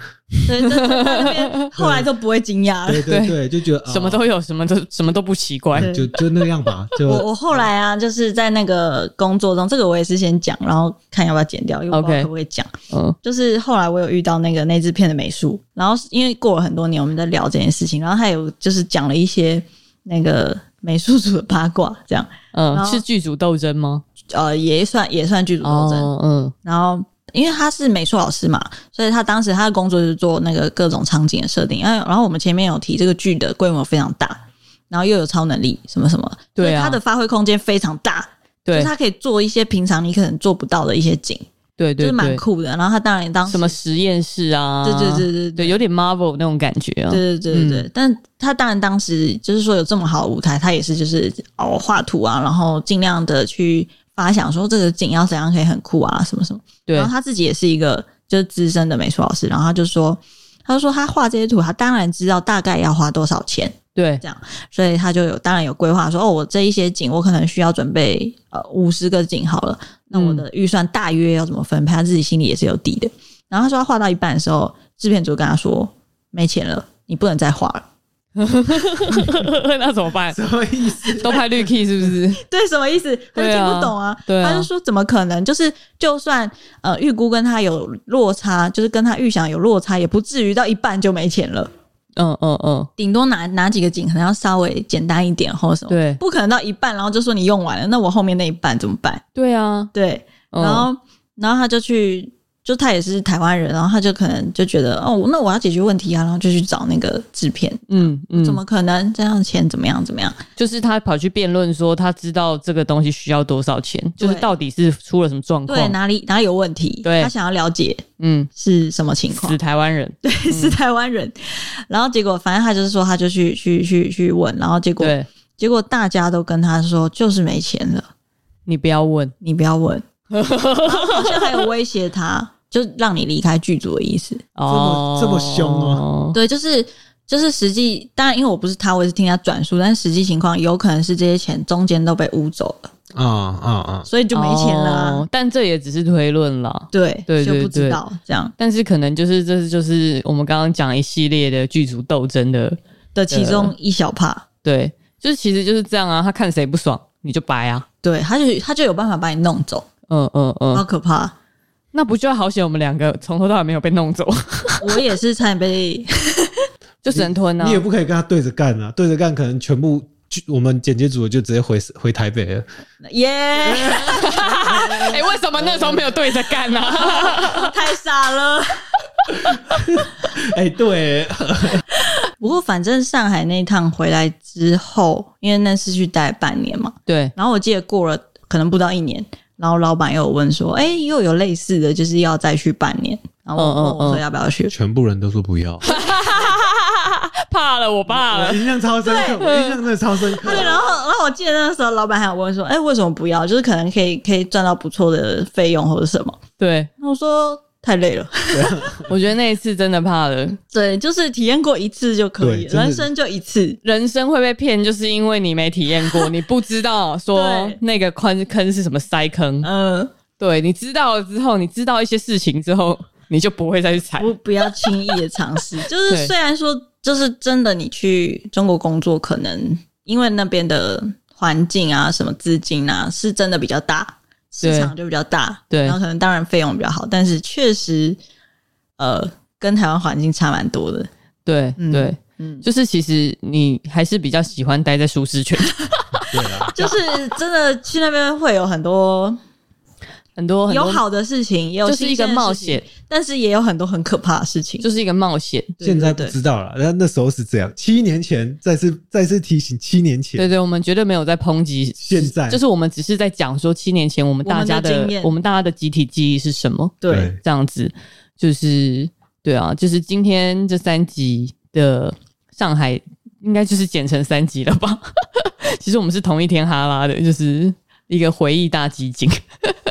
对，这这在那边后来都不会惊讶了。
对 对对，就觉得、啊
什么都有，什么都什么都不奇怪。
呃对
就就那样吧。
我
就
我后来啊，就是在那个工作中，这个我也是先讲，然后看要不要剪掉，因为我不知
OK
道可不可以讲。
嗯，
就是后来我有遇到那个那支片的美术，然后是因为过了很多年，我们在聊这件事情，然后他有就是讲了一些那个美术组的八卦，这样然
嗯，
后
是剧组斗争吗？
呃也算也算剧组斗争。
哦，嗯，
然后因为他是美术老师嘛，所以他当时他的工作就是做那个各种场景的设定。哎，然后我们前面有提这个剧的规模非常大，然后又有超能力什么什么，
对啊
所以他的发挥空间非常大，就是
对
他可以做一些平常你可能做不到的一些景。
对对
就是蛮
对，
酷的。然后他当然也当时
什么实验室啊，
对对对对
对，有点 Marvel 那种感觉啊，
对对对对，对，但他当然当时就是说有这么好的舞台，他也是就是哦画图啊，然后尽量的去发想说这个景要怎样可以很酷啊，什么什么。
对
然后他自己也是一个就是资深的美术老师，然后他就说，他就说他画这些图，他当然知道大概要花多少钱，
对
所以他就有当然有规划说，哦，我这一些景我可能需要准备呃五十个景好了，那我
嗯
的预算大约要怎么分配，他自己心里也是有底的。然后他说他画到一半的时候，制片组跟他说没钱了，你不能再画了。
那怎么办？
什么意 思？
都拍绿 key 是不是？
对，什么意思？他就
对
听
啊
不懂啊。
对啊
他就说怎么可能？就是就算呃预估跟他有落差，就是跟他预想有落差，也不至于到一半就没钱了。
嗯嗯嗯，
顶多拿拿几个景，可能要稍微简单一点或什么。
对
不可能到一半，然后就说你用完了，那我后面那一半怎么办？
对啊，
对，
嗯
然后、然后他就去，就他也是台湾人，然后他就可能就觉得哦，那我要解决问题啊，然后就去找那个制片，
嗯嗯，
怎么可能这样钱怎么样怎么样？
就是他跑去辩论说他知道这个东西需要多少钱，就是到底是出了什么状
对，
况？
哪里哪里有问题？
对
他想要了解
嗯，
是什么情况
死。台湾人，
对， 是台湾人，然后结果反正他就是说，他就去去去去问，然后结果
对
结果大家都跟他说，就是没钱了，
你不要问，
你不要问，然后好像还有威胁他，就让你离开剧组的意思。
哦，
这么凶啊？
对，就是就是实际，当然因为我不是他，我也是听他转述，但实际情况有可能是这些钱中间都被污走了，
啊啊啊！
所以就没钱了啊、
哦但这也只是推论啦。
对，
对对
就不知
对
道这样
但是可能就是这是就是我们刚刚讲一系列的剧组斗争的，
的其中一小帕，
对，就是其实就是这样啊，他看谁不爽你就掰啊，
对，他就他就有办法把你弄走，
嗯嗯
好
嗯，
可 怕！
那不就好险我们两个从头到尾没有被弄走，
我也是差点被
就只能吞啊
你也，不可以跟他对着干啊，对着干可能全部就我们剪接组就直接回回台北了。
耶
哎，为什么那时候没有对着干啊呢？
太傻了。
哎、对，
不过反正上海那一趟回来之后，因为那次去待半年嘛，
对，
然后我记得过了可能不到一年，然后老板又有问说，哎、又有类似的，就是要再去半年，然后
嗯
我
嗯
问我说
嗯
要不要去，
全部人都说不要，
怕了，我怕
我
了，
印象超深刻，我印象真的超深刻啊
对，。啊然后然后我记得那时候老板还有问说，哎、为什么不要？就是可能可以可以赚到不错的费用或者什么。
对，
然后我说太累了，
我觉得那一次真的怕了，
对，就是体验过一次就可以，
对真的
人生就一次。
人生会被骗，就是因为你没体验过，你不知道说
对
那个坑坑是什么塞坑。
嗯，
对你知道了之后，你知道一些事情之后，你就不会再去踩。
不不要轻易的尝 试。就是
对
虽然说，就是真的，你去中国工作，可能因为那边的环境啊、什么资金啊，是真的比较大，市
对
场就比较大，
对
然后可能当然费用比较好，但是确实，呃，跟台湾环境差蛮多的。
对、
嗯
对，
嗯，
就是其实你还是比较喜欢待在舒适圈，
对啊，
就是真的去那边会有很多
很多 很多
有好的事情，也有
就是一个
新鲜的事情
冒险，，
但是也有很多很可怕的事情。
就是一个冒险。
对
现在不
对对
知道了，但那时候是这样。七年前，再次再次提醒，七年前，
对对，我们绝对没有在抨击，
现在
就是我们只是在讲说七年前我们大家
我
的
们的经验
我们大家的集体记忆是什么。
对，
这样子，就是对啊，就是今天这三集的上海，应该就是剪成三集了吧？ 其实我们是同一天哈拉的，就是一个回忆大集锦，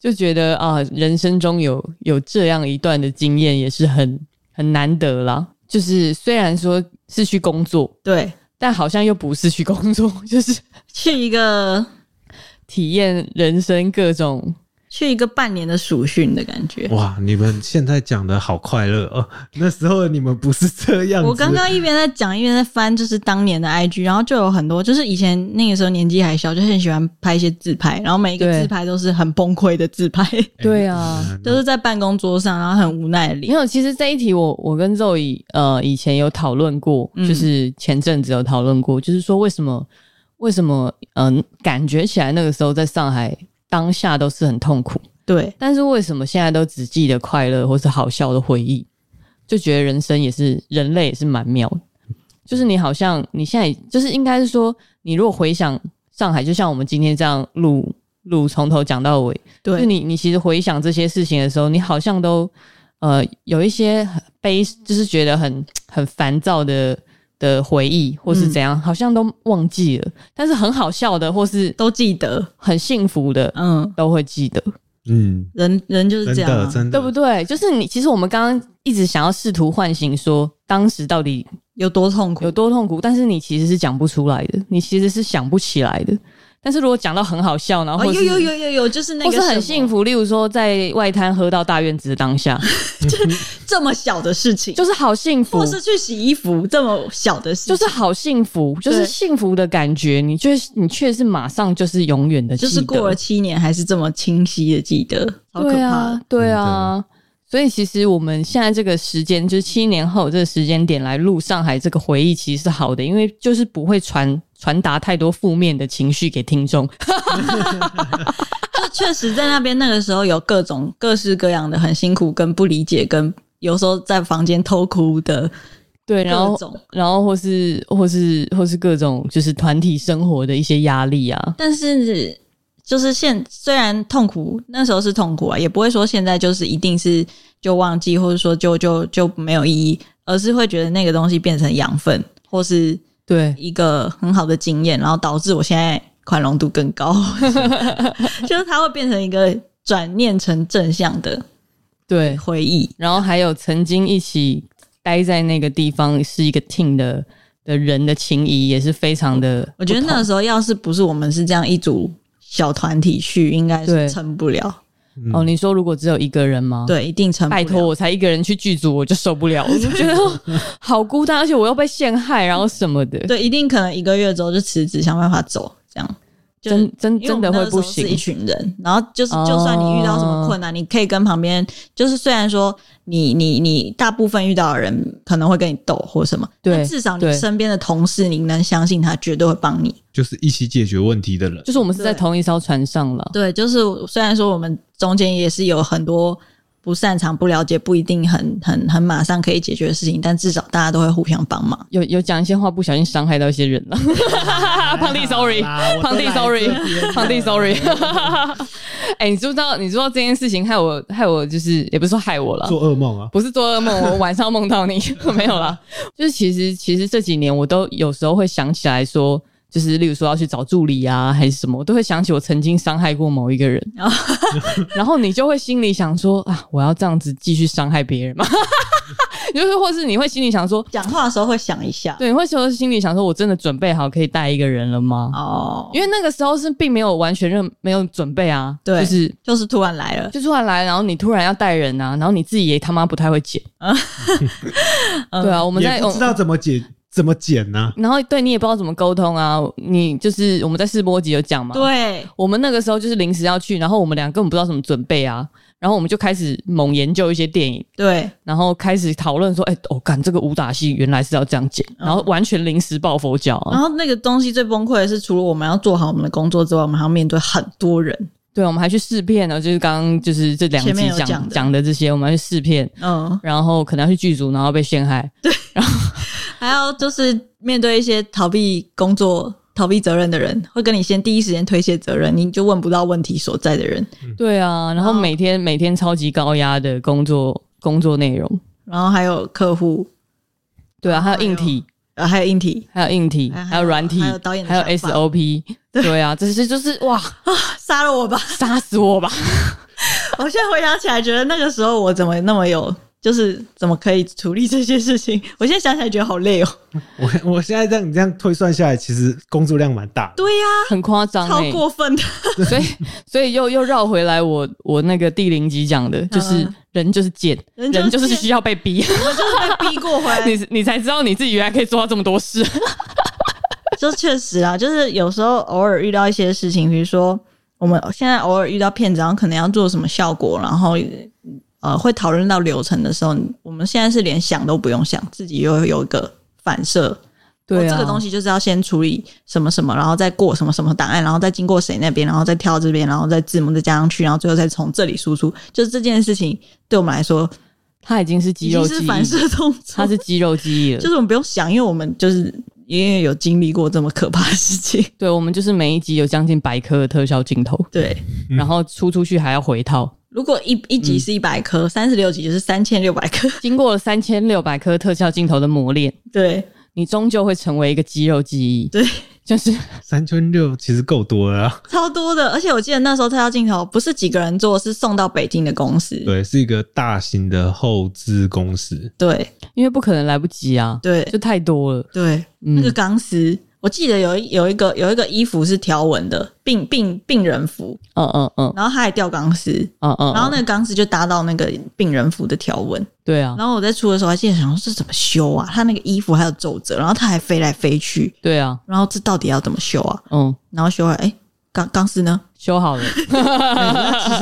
就觉得啊，人生中有有这样一段的经验也是很很难得啦。就是虽然说是去工作，
对，
但好像又不是去工作， 就是
去一个
体验人生各种
去一个半年的暑训的感觉。
哇，你们现在讲的好快乐哦！ 那时候你们不是这样子。
我刚刚一边在讲，一边在翻，就是当年的 IG，然后就有很多，就是以前那个时候年纪还小，就很喜欢拍一些自拍，然后每一个
对
自拍都是很崩溃的自拍，
对啊
嗯
都是在办公桌上，然后很无奈的
没
脸。
有，其实这一题我我跟肉以呃以前有讨论过，
嗯
就是前阵子有讨论过，就是说为什么为什么嗯、感觉起来那个时候在上海当下都是很痛苦，
对，
但是为什么现在都只记得快乐或是好笑的回忆，就觉得人生也是人类也是蛮妙的，就是你好像你现在就是应该是说你如果回想上海，就像我们今天这样录路从头讲到尾。就
对，
你你其实回想这些事情的时候，你好像都呃有一些很悲，就是觉得很很烦躁的的回忆，或
嗯
是怎样，好像都忘记了。但是很好笑的，或是
都记得，
很幸福的，
嗯，
都会记得，
嗯，
人人就是
真
这样啊、
的真的，
对不对？就是你其实我们刚刚一直想要试图唤醒说当时到底
有多痛苦
有？多痛苦，但是你其实是讲不出来的，你其实是想不起来的。但是如果讲到很好笑，然后
哦，
或是、
有有有有有，就是那
或
个
是很幸
福，
福，例如说在外滩喝到大院子的当下，
这么小的事情，
就是好幸福
或，是去洗衣服这么小的事情，
就是好幸福，就是幸福的感觉。你却你却是马上就是永远的记
就
得，
是过了七年还是这么清晰的记得，好可
对
怕
啊
的。，
对啊。所以其实我们现在这个时间，就是七年后这个时间点来录上海这个回忆，其实是好的，因为就是不会传传达太多负面的情绪给听众。
就确实在那边那个时候有各种各式各样的很辛苦跟不理解跟。有时候在房间偷哭的
对，然
各
后
种，
然后或是或是或是各种就是团体生活的一些压力啊，
但是就是现虽然痛苦，那时候是痛苦啊，也不会说现在就是一定是就忘记，或者说就就就没有意义，而是会觉得那个东西变成养分，或是
对，
一个很好的经验，然后导致我现在宽容度更高， 就是它会变成一个转念成正向的
对，
回忆。
然后还有曾经一起待在那个地方是一个 team 的的人的情谊也是非常的，
我觉得那个时候要是不是我们是这样一组小团体去，应该
对
是撑不了，
嗯
哦，你说如果只有一个人吗？，
对，一定撑不
拜
了。
托，我才一个人去剧组我就受不了， 我就觉得好孤单，而且我又被陷害，然后什么的，
对，一定可能一个月之后就辞职，想办法走，这样。就
真真
因为我
真
们
的
那
会
个时
不
候是
行，
一
哦
群人，然后就是，就算你遇到什么困难，你可以跟旁边，就是虽然说你你你大部分遇到的人可能会跟你斗或什么，
对
但至少你
对
身边的同事，你能相信他绝对会帮你。
就是一起解决问题的人
就，是我们是在
对
同一艘船上了，
对，就是虽然说我们中间也是有很多不擅长、不了解、不一定很很很马上可以解决的事情，但至少大家都会互相帮忙。
有有讲一些话不小心伤害到一些人了， 胖弟 sorry。胖弟，sorry，胖弟，sorry。哎、你知不知道？你知道这件事情害我，害我就是也不是说害我了，
做噩梦啊，
不是做噩梦，我晚上梦到你 没有啦。就是其实其实这几年我都有时候会想起来说，就是例如说要去找助理啊，还是什么，我都会想起我曾经伤害过某一个 人，
哦
然后你就会心里想说啊，我要这样子继续伤害别人吗？ 就是或是你会心里想说，
讲话的时候会想一下，
对，你会说心里想说我真的准备好可以带一个人了吗？
哦，
因为那个时候是并没有完全认没有准备啊，
对
就是
就是突然来了，
就突然来，然后你突然要带人啊，然后你自己也他妈不太会剪，
啊 嗯
对啊，我们在
也不知道怎么解怎么啊剪呢，
然后对你也不知道怎么沟通啊，你就是我们在试播集有讲嘛，，
对，啊
我们那个时候就是临时要去，然后我们俩根本不知道怎么准备啊，然后我们就开始猛研究一些电影。
对，
然后开始讨论说，哎、哦，干这个武打戏原来是要这样剪，
嗯
然后完全临时抱佛脚、啊，
然后那个东西最崩溃的是，除了我们要做好我们的工作之外，我们还要面对很多人。
对，我们还去试片呢，就是刚刚就是这两集
前面有讲
讲
的
讲的这些，我们还去试片，
嗯，
然后可能要去剧组，然后被陷害，
还要就是面对一些逃避工作、逃避责任的人，会跟你先第一时间推卸责任，你就问不到问题所在的人。
对啊，然后每天、每天超级高压的工作工作内容，
然后还有客户，
对啊，还有硬
哦还
体，
呃，还有硬体，
还有硬体，
还有
还有软体，
还有导演的
还有
想法
SOP，对啊，这些就是哇，
杀了我吧！
杀死我 吧！
我现在回想起来，觉得那个时候我怎么那么有，就是怎么可以处理这些事情？ 我现在想起来觉得好累哦。
我我现在让你这样推算下来，其实工作量蛮大的。
对呀、
很夸张、
超
欸，
过 分的。
所以所以又又绕回来我我那个第零集讲的，就是
嗯
人就是贱，
人就是
人就是
贱
需要被逼，
我就是被逼过 回 来，
你你才知道你自己原来可以做到这么多 事。
就确实啊，就是有时候偶尔遇到一些事情，比如说我们现在偶尔遇到骗子，然后可能要做什么效果，然后呃会讨论到流程的时候，我们现在是连想都不用想，自己又有一个反射。
对
哦
啊，
这个东西就是要先处理什么什么，然后再过什么什么档案，然后再经过谁那边，然后再跳这边，然后再字母再加上去，然后最后再从这里输出。就是这件事情对我们来说
它已经是肌
已
肉记
经是
忆，
反射动作，
它是肌肉记忆了
就。是我们不用想，因为我们就是因为有经历过这么可怕的事情。
对，我们就是每一集有将近百颗的特效镜头，
对，
嗯
然后出出去还要回套。
如果一一集是一百颗，三十六集就是三千六百颗。
经过了三千六百颗特效镜头的磨练，
对，
你终究会成为一个肌肉记忆。
对，
就是
三千六其实够多了啊，
超多的。而且我记得那时候特效镜头不是几个人做，是送到北京的公司。
对，是一个大型的后置 公司，
对
因为不可能来不及啊，
对
就太多了。
对，那个
嗯，
钢丝，我记得有一有一个有一个衣服是条纹的病病病人服，
嗯嗯嗯
然后它还吊钢丝。
嗯嗯，
然后那个钢丝就搭到那个病人服的条纹，
对啊，
然后我在出的时候还记得想说这怎么修啊？它那个衣服还有皱褶，然后它还飞来飞去，
对啊，
然后这到底要怎么修啊？
嗯，
然后修了，哎，钢钢丝呢？
修 好了，
其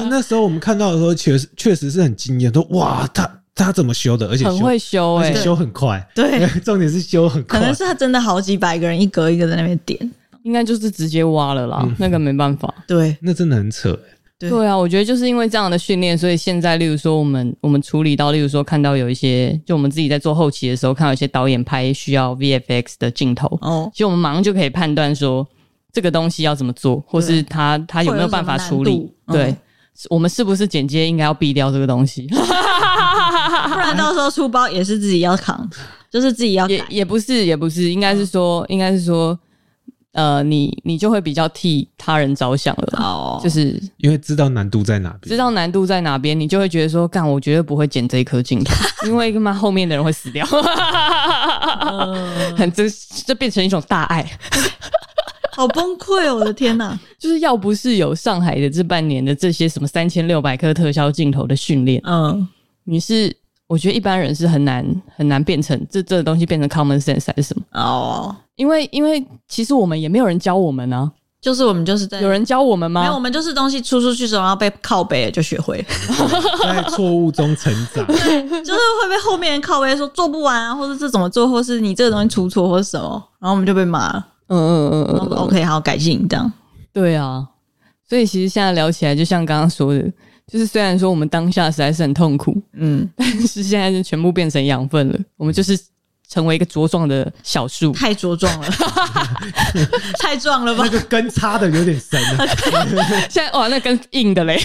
实那时候我们看到的时候，确实确实是很惊艳，说哇，他他怎么修的，而且修
很会修哎、
而且修很快，
对，
重点是修很
可能
快，
是他真的好几百个人一格一个在那边点，
应该就是直接挖了啦，那个没办法。
对
那真的很扯、
对
对啊，我觉得就是因为这样的训练，所以现在，例如说我们我们处理到，例如说看到有一些，就我们自己在做后期的时候，看到有些导演拍需要 VFX 的镜头，
哦，
其实我们马上就可以判断说这个东西要怎么做，或是他他有没有办法处
会有
理
什。么难度
对
嗯，
我们是不是剪接应该要避掉这个东西？
不然到时候出包也是自己要扛，就是自己要
也
改，
也不是，也不是，应该是
嗯
说，应该是说，呃，你你就会比较替他人着想了啦，
哦
就，是
因为知道难度在哪边，
知道难度在哪边，你就会觉得说，干，我绝对不会剪这一颗 镜头，因为他妈后面的人会死掉，
哦 嗯
很这这变成一种大爱。
好崩溃哦，我的天哪！
就是要不是有上海的这半年的这些什么三千六百颗特效镜头的训练，
嗯，
你是我觉得一般人是很难很难变成这这个东西变成 common sense 还是什么？
哦，
因为因为其实我们也没有人教我们啊，
就是我们就是在
有人教我们
嗯没有，我
吗？
们就是东西出出去之后，然后被靠背了就学 会，
在错误中成 长，
就是会被后面人靠背说做不完啊，或者这怎么做，或是你这个东西出错或是什么，然后我们就被骂了。
嗯嗯嗯
然
嗯
后说
嗯，
OK，好，改进这样。
对啊。所以其实现在聊起来，就像刚刚说的，就是虽然说我们当下实在是很痛苦，
嗯，
但是现在就全部变成养分了，我们就是成为一个茁壮的小树。
太茁壮 了，太壮了吧
那？个根插的有点深啊，
现在哇，那跟硬的嘞，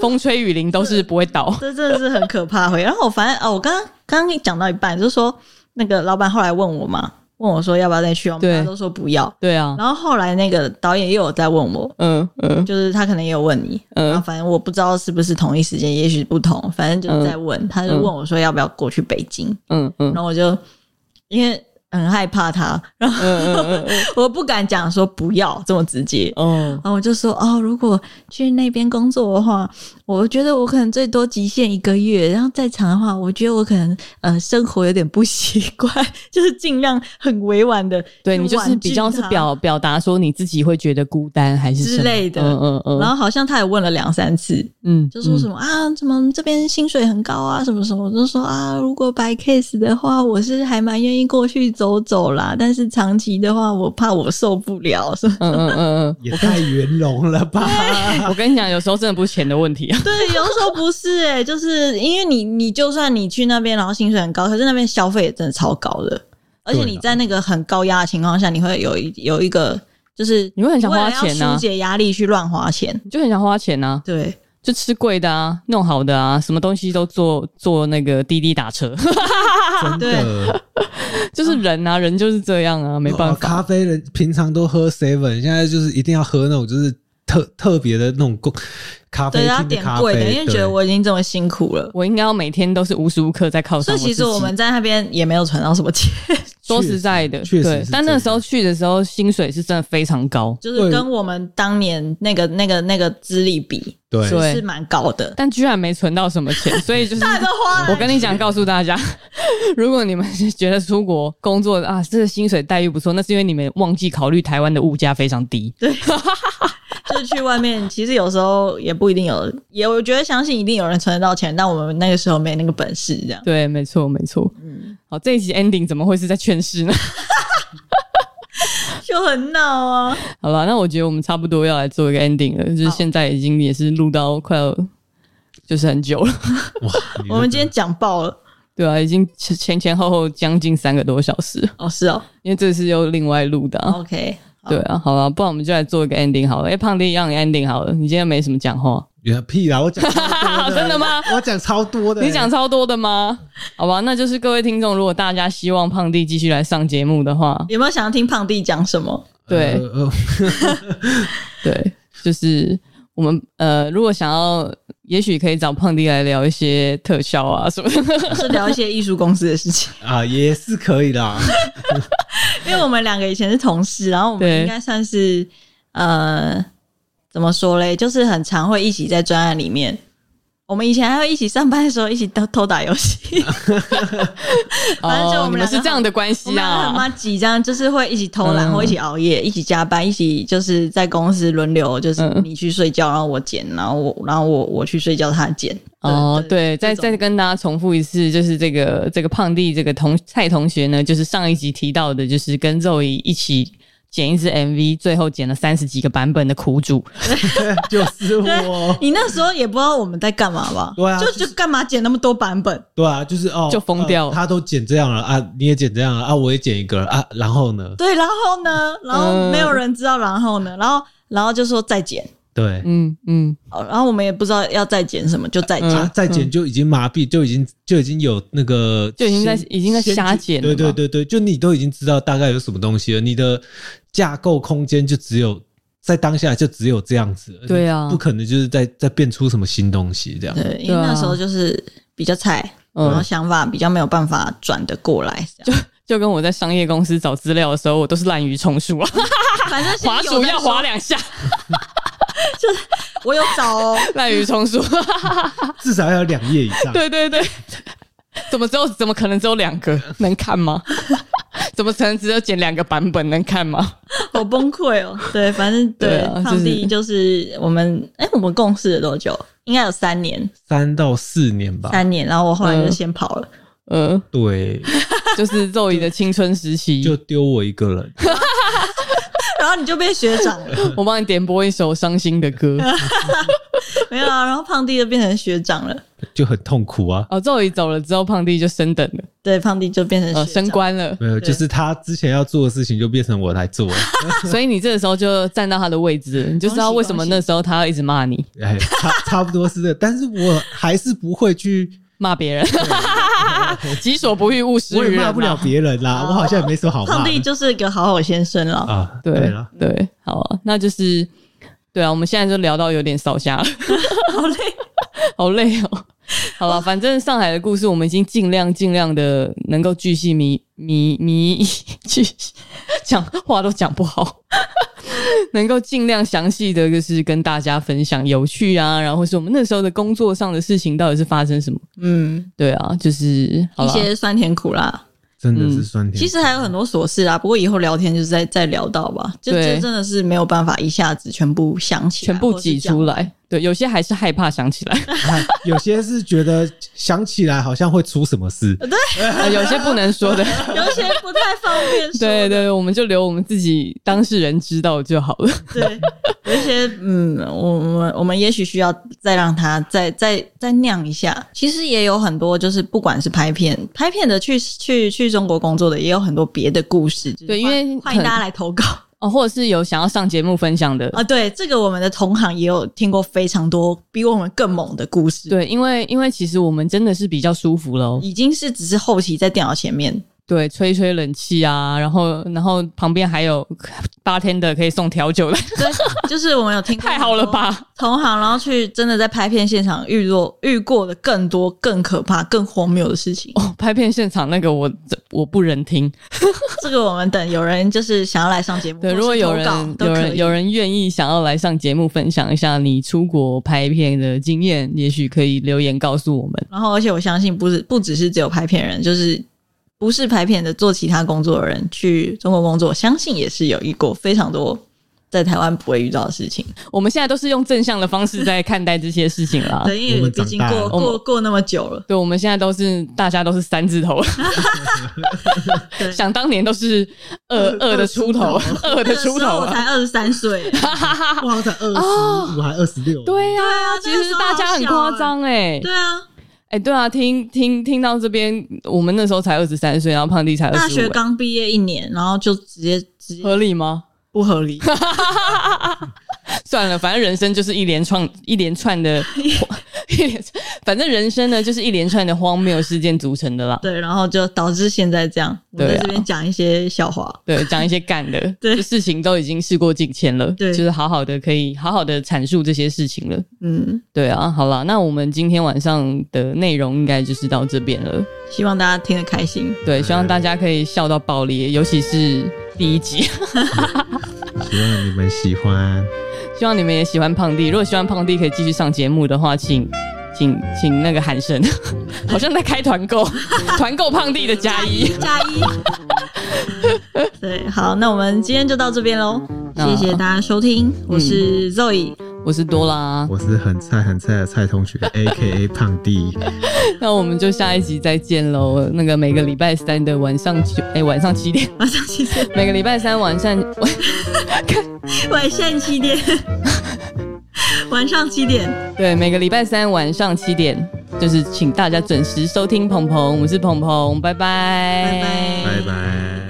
风吹雨淋都是不会倒。
这真的是很可怕回。然后我反正哦，我刚刚刚刚讲到一半，就是说那个老板后来问我嘛，问我说要不要再去，我们
对
大家都说不要。
对啊，
然后后来那个导演又有在问我，
嗯嗯
就是他可能也有问你，然后
嗯
反正我不知道是不是同一时间，也许不同，反正就是在问，他就问我说要不要过去北京，
嗯嗯
然后我就因为很害怕他，然后
嗯嗯
我不敢讲说不要这么直接，
嗯，
然后我就说哦，如果去那边工作的话，我觉得我可能最多极限一个月，然后再长的话，我觉得我可能呃生活有点不习惯， 就是尽量很委婉的，
对你就是比较是。表表达说你自己会觉得孤单还是
之
什么
类的
嗯嗯
然
嗯
后好像他也问了两三次，
嗯，
就说什
么
么、啊，怎么这边薪水很高啊，什么什么，我就说啊，如果白 case 的话，我是还蛮愿意过去走走啦，但是长期的话，我怕我受不了，什么
嗯嗯嗯
也太圆融了吧？
嗯，我跟你讲，有时候真的不是钱的问题啊。
对，有时候不是哎、就是因为你，你就算你去那边，然后薪水很高，可是那边消费也真的超高的，而且
对啊
你在那个很高压的情况下，你会有一有一个就是
你会很想花钱啊
为了要疏解压力去乱花钱。
你就很想花钱啊，
对，
就吃贵的啊，弄好的啊，什么东西都坐坐那个滴滴打车，
啊
真的，
就是人啊，人就是这样啊，没办
哇
法。
咖啡人平常都喝 seven，现在就是一定要喝那种就是特特别的那种公咖啡
对，要
厅
点
咖
贵的，
啡，
因为觉得我已经这么辛苦
哦
了。
我应该要每天都是无时无刻在靠
所
上
以
自己。
其实我们在那边也没有存到什么钱，
说实在的，
确实
对
是，
但
这
那
样
时候去的时候，薪水是真的非常高，
就是跟我们当年那个那个那个资历比
对
对
是蛮高的。
但居然没存到什么钱，所以就是
大家都花
我
了，
跟你讲，告诉大家，如果你们是觉得出国工作啊，这个薪水待遇不错，那是因为你们忘记考虑台湾的物价非常低。
就是去外面，其实有时候也不一定有，也我觉得相信一定有人存得到钱，但我们那个时候没那个本事，这样。
对，没错，没错。嗯，好，这一集 ending 怎么会是在劝世呢？
就很闹啊。
好了，那我觉得我们差不多要来做一个 ending 了，就是
好
现在已经也是录到快要就是很久了。
哇，你这个
我们今天讲爆了，
对啊，已经前前前后后将近三个多小时，
哦，是哦
因为这次又另外录的、啊。
，OK，好
对啊，好啊，不然我们就来做一个 ending 好了。哎、胖弟让你 ending 好了，你今天没什么讲话，
也屁啦！我讲超多
真的吗？
我讲超多的欸、
你讲超多的吗？好吧，那就是各位听众，如果大家希望胖弟继续来上节目的话，
有没有想要听胖弟讲什么？
对
呃呃
对，就是我们呃，如果想要，也许可以找胖弟来聊一些特效啊什么的。
是聊一些艺术公司的事情，
啊，也是可以啦。
因为我们两个以前是同事，然后我们
对
应该算是呃，怎么说嘞？就是很常会一起在专案里面。我们以前还会一起上班的时候一起偷偷打 游戏，反正就
哦，
我们
你们是
两个
这样的关
我
系
们还很
啊。
妈几这样，就是会一起偷懒
嗯
或一起熬夜，一起加班，一起就是在公司轮流，就是
嗯
你去睡觉，然后我剪，然后我然后我我去睡觉，他剪。
哦，对，再
这种
再跟大家重复一次，就是这个这个胖弟这个同蔡同学呢，就是上一集提到的，就是跟肉姨一起剪一支 MV，最后剪了三十几个版本的苦主。
就是我，
你那时候也不知道我们在干嘛吧？
对啊
就就干嘛剪那么多版本？
对啊，就是哦，
就疯掉
呃他都剪这样了啊，你也剪这样了啊，我也剪一个了啊，然后呢？
对，然后呢，
嗯
然后没有人知道，然后呢，然后然后就说再剪，
对，
嗯嗯，
哦然后我们也不知道要再剪什么，就再剪。
啊，再剪就已经麻痹，就已经就已经有那个
就已经在
先
已经在瞎剪了
对
嘛
对对对，就你都已经知道大概有什么东西了，你的架构空间就只有在当下就只有这样子，
对啊
你不可能就是再再变出什么新东西 这样。
对，因为
对啊
那时候就是比较菜，
嗯
然后想法比较没有办法转得过来，就
就跟我在商业公司找资料的时候，我都是滥竽充数 啊，
反正是
滑
有
鼠
在
要
说
滑两下，
我有 找哦，
滥竽充数。
至少要有两页以上。
对对对，怎么只有怎么可能只有两个能看吗？ 怎么可能只有剪两个版本能看吗？
好崩溃哦。对，反正对
对啊
胖弟就是我们，哎、我们共事了多久？应该有三年，
三到四年吧。
三年。然后我后
嗯
来就先跑了，
呃，
对，
就是肉姨的青春时期，
就丢我一个人。
然后你就变学长了，
我帮你点播一首伤心的歌。
没有啊？然后胖弟就变成学长了，
就很痛苦啊。
哦，肉姨走了之后，胖弟就升等了，
对，胖弟就变成学长
呃，升官了，
没有，就是他之前要做的事情就变成我来做了。
所以你这个时候就站到他的位置了，你就知道为什么那时候他要一直骂你，
哎，差 差不多是这个，但是我还是不会去，
骂别人， 己所不欲，勿施
我也
于人啊哦嘛。
骂不了别人啊啦。我好像也没什么好骂
胖弟
的
就是个好好先生了。
啊。
对
对了，
对，好啊，那就是对啊，我们现在就聊到有点烧瞎了，
好累，
好累哦。好了，反正上海的故事我们已经尽量尽量的能够巨细迷迷迷 巨细讲话都讲不好， 能够尽量详细的就是跟大家分享有趣啊，然后是我们那时候的工作上的事情到底是发生什么？
嗯，
对啊，就是好
一
了，
些酸甜苦辣，
真的
嗯
是酸甜。
其实还有很多琐事啊。不过以后聊天就是再再聊到吧，就
对
就真的是没有办法一下子全部想起来，
全部挤出
来。
来。对，有些还是害怕想起来，
啊有些是觉得想起来好像会出什 么事，
呃有些不能说的。
有一些不太方 便说，
对对，我们就留我们自己当事人知道就好了。
对，有一些嗯，我我们我们也许需要再让它再再再酿一下。其实也有很多，就是不管是拍片拍片的去去去中国工作的，也有很多别的故事。就是
对
欢
因为
欢迎
可
大家来投稿
哦，或者是有想要上节目分享的，
啊！对，这个我们的同行也有听过非常多比我们更猛的故事。，
对，因为因为其实我们真的是比较舒服喽，
已经是只是后期在电脑前面，
对，吹吹冷气啊，然后然后旁边还有 八天的可以送调酒的，
对，就是我们有听过
太好了吧？
同行，然后去真的在拍片现场遇过遇过的更多、更可怕、更荒谬的事情。
哦，拍片现场那个我我不忍听，
这个我们等有人就是想要来上节目，
对，
或是
如果有
投稿
人
都
有
可
人
以
有人愿意想要来上节目分享一下你出国拍片的经验，也许可以留言告诉我们。
然后而且我相信不是不只是只有拍片人，就是不是拍片的做其他工作的人去中国工作，相信也是有遇过非常多在台湾不会遇到的事情。
我们现在都是用正向的方式在看待这些事情啦。
对，因
我
为
们
毕
长
竟
大
过
了
啊我
过
们
过那么久了，
对，我们现在都是大家都是三字头，
对
想当年都是二二的出头， 二的出
那时
头
候我才
啊，
二十三 岁，
我好像才二十五还二十六。
哦对呀、其
对啊
实
那个时候
大家很
好小
夸张哎，
对啊，
哎、对啊，听听听到这边，我们那时候才二十三岁，然后胖弟才二
大
十
学
五，欸
刚毕业一年，然后就直接 直接
合理吗？
不合理，
算了，反正人生就是一连 串一连串的，一连串反正人生呢就是一连串的荒谬事件组成的啦。
对，然后就导致现在这样。我
对啊
在这边讲一些笑话，
对，讲一些干的，
对
就事情都已经事过境迁了，
对
就是好好的可以好好的阐述这些事情了。
嗯，
对啊，好啦，那我们今天晚上的内容应该就是到这边了。
希望大家听得开心。
对，希望大家可以笑到爆裂，尤其是第一集。
希望你们喜欢。
希望你们也喜欢胖弟。如果喜欢胖弟可以继续上节目的话，请请请那个喊声， 好像在开团购，团购胖弟的加一。
加 一。对，好，那我们今天就到这边喽，
那嗯
谢谢大家收听，我是 Zoe，、
我是多拉，
我是很菜很菜的蔡同学，A K A 胖 弟，
那我们就下一集再见喽。那个每个礼拜三的晚上九，哎、晚上七点，
晚上七点，
每个礼拜三晚上，
晚上 七点，晚上七点，
对，每个礼拜三晚上七点，就是请大家准时收听鹏鹏，我是鹏鹏，拜拜，
拜拜
拜拜。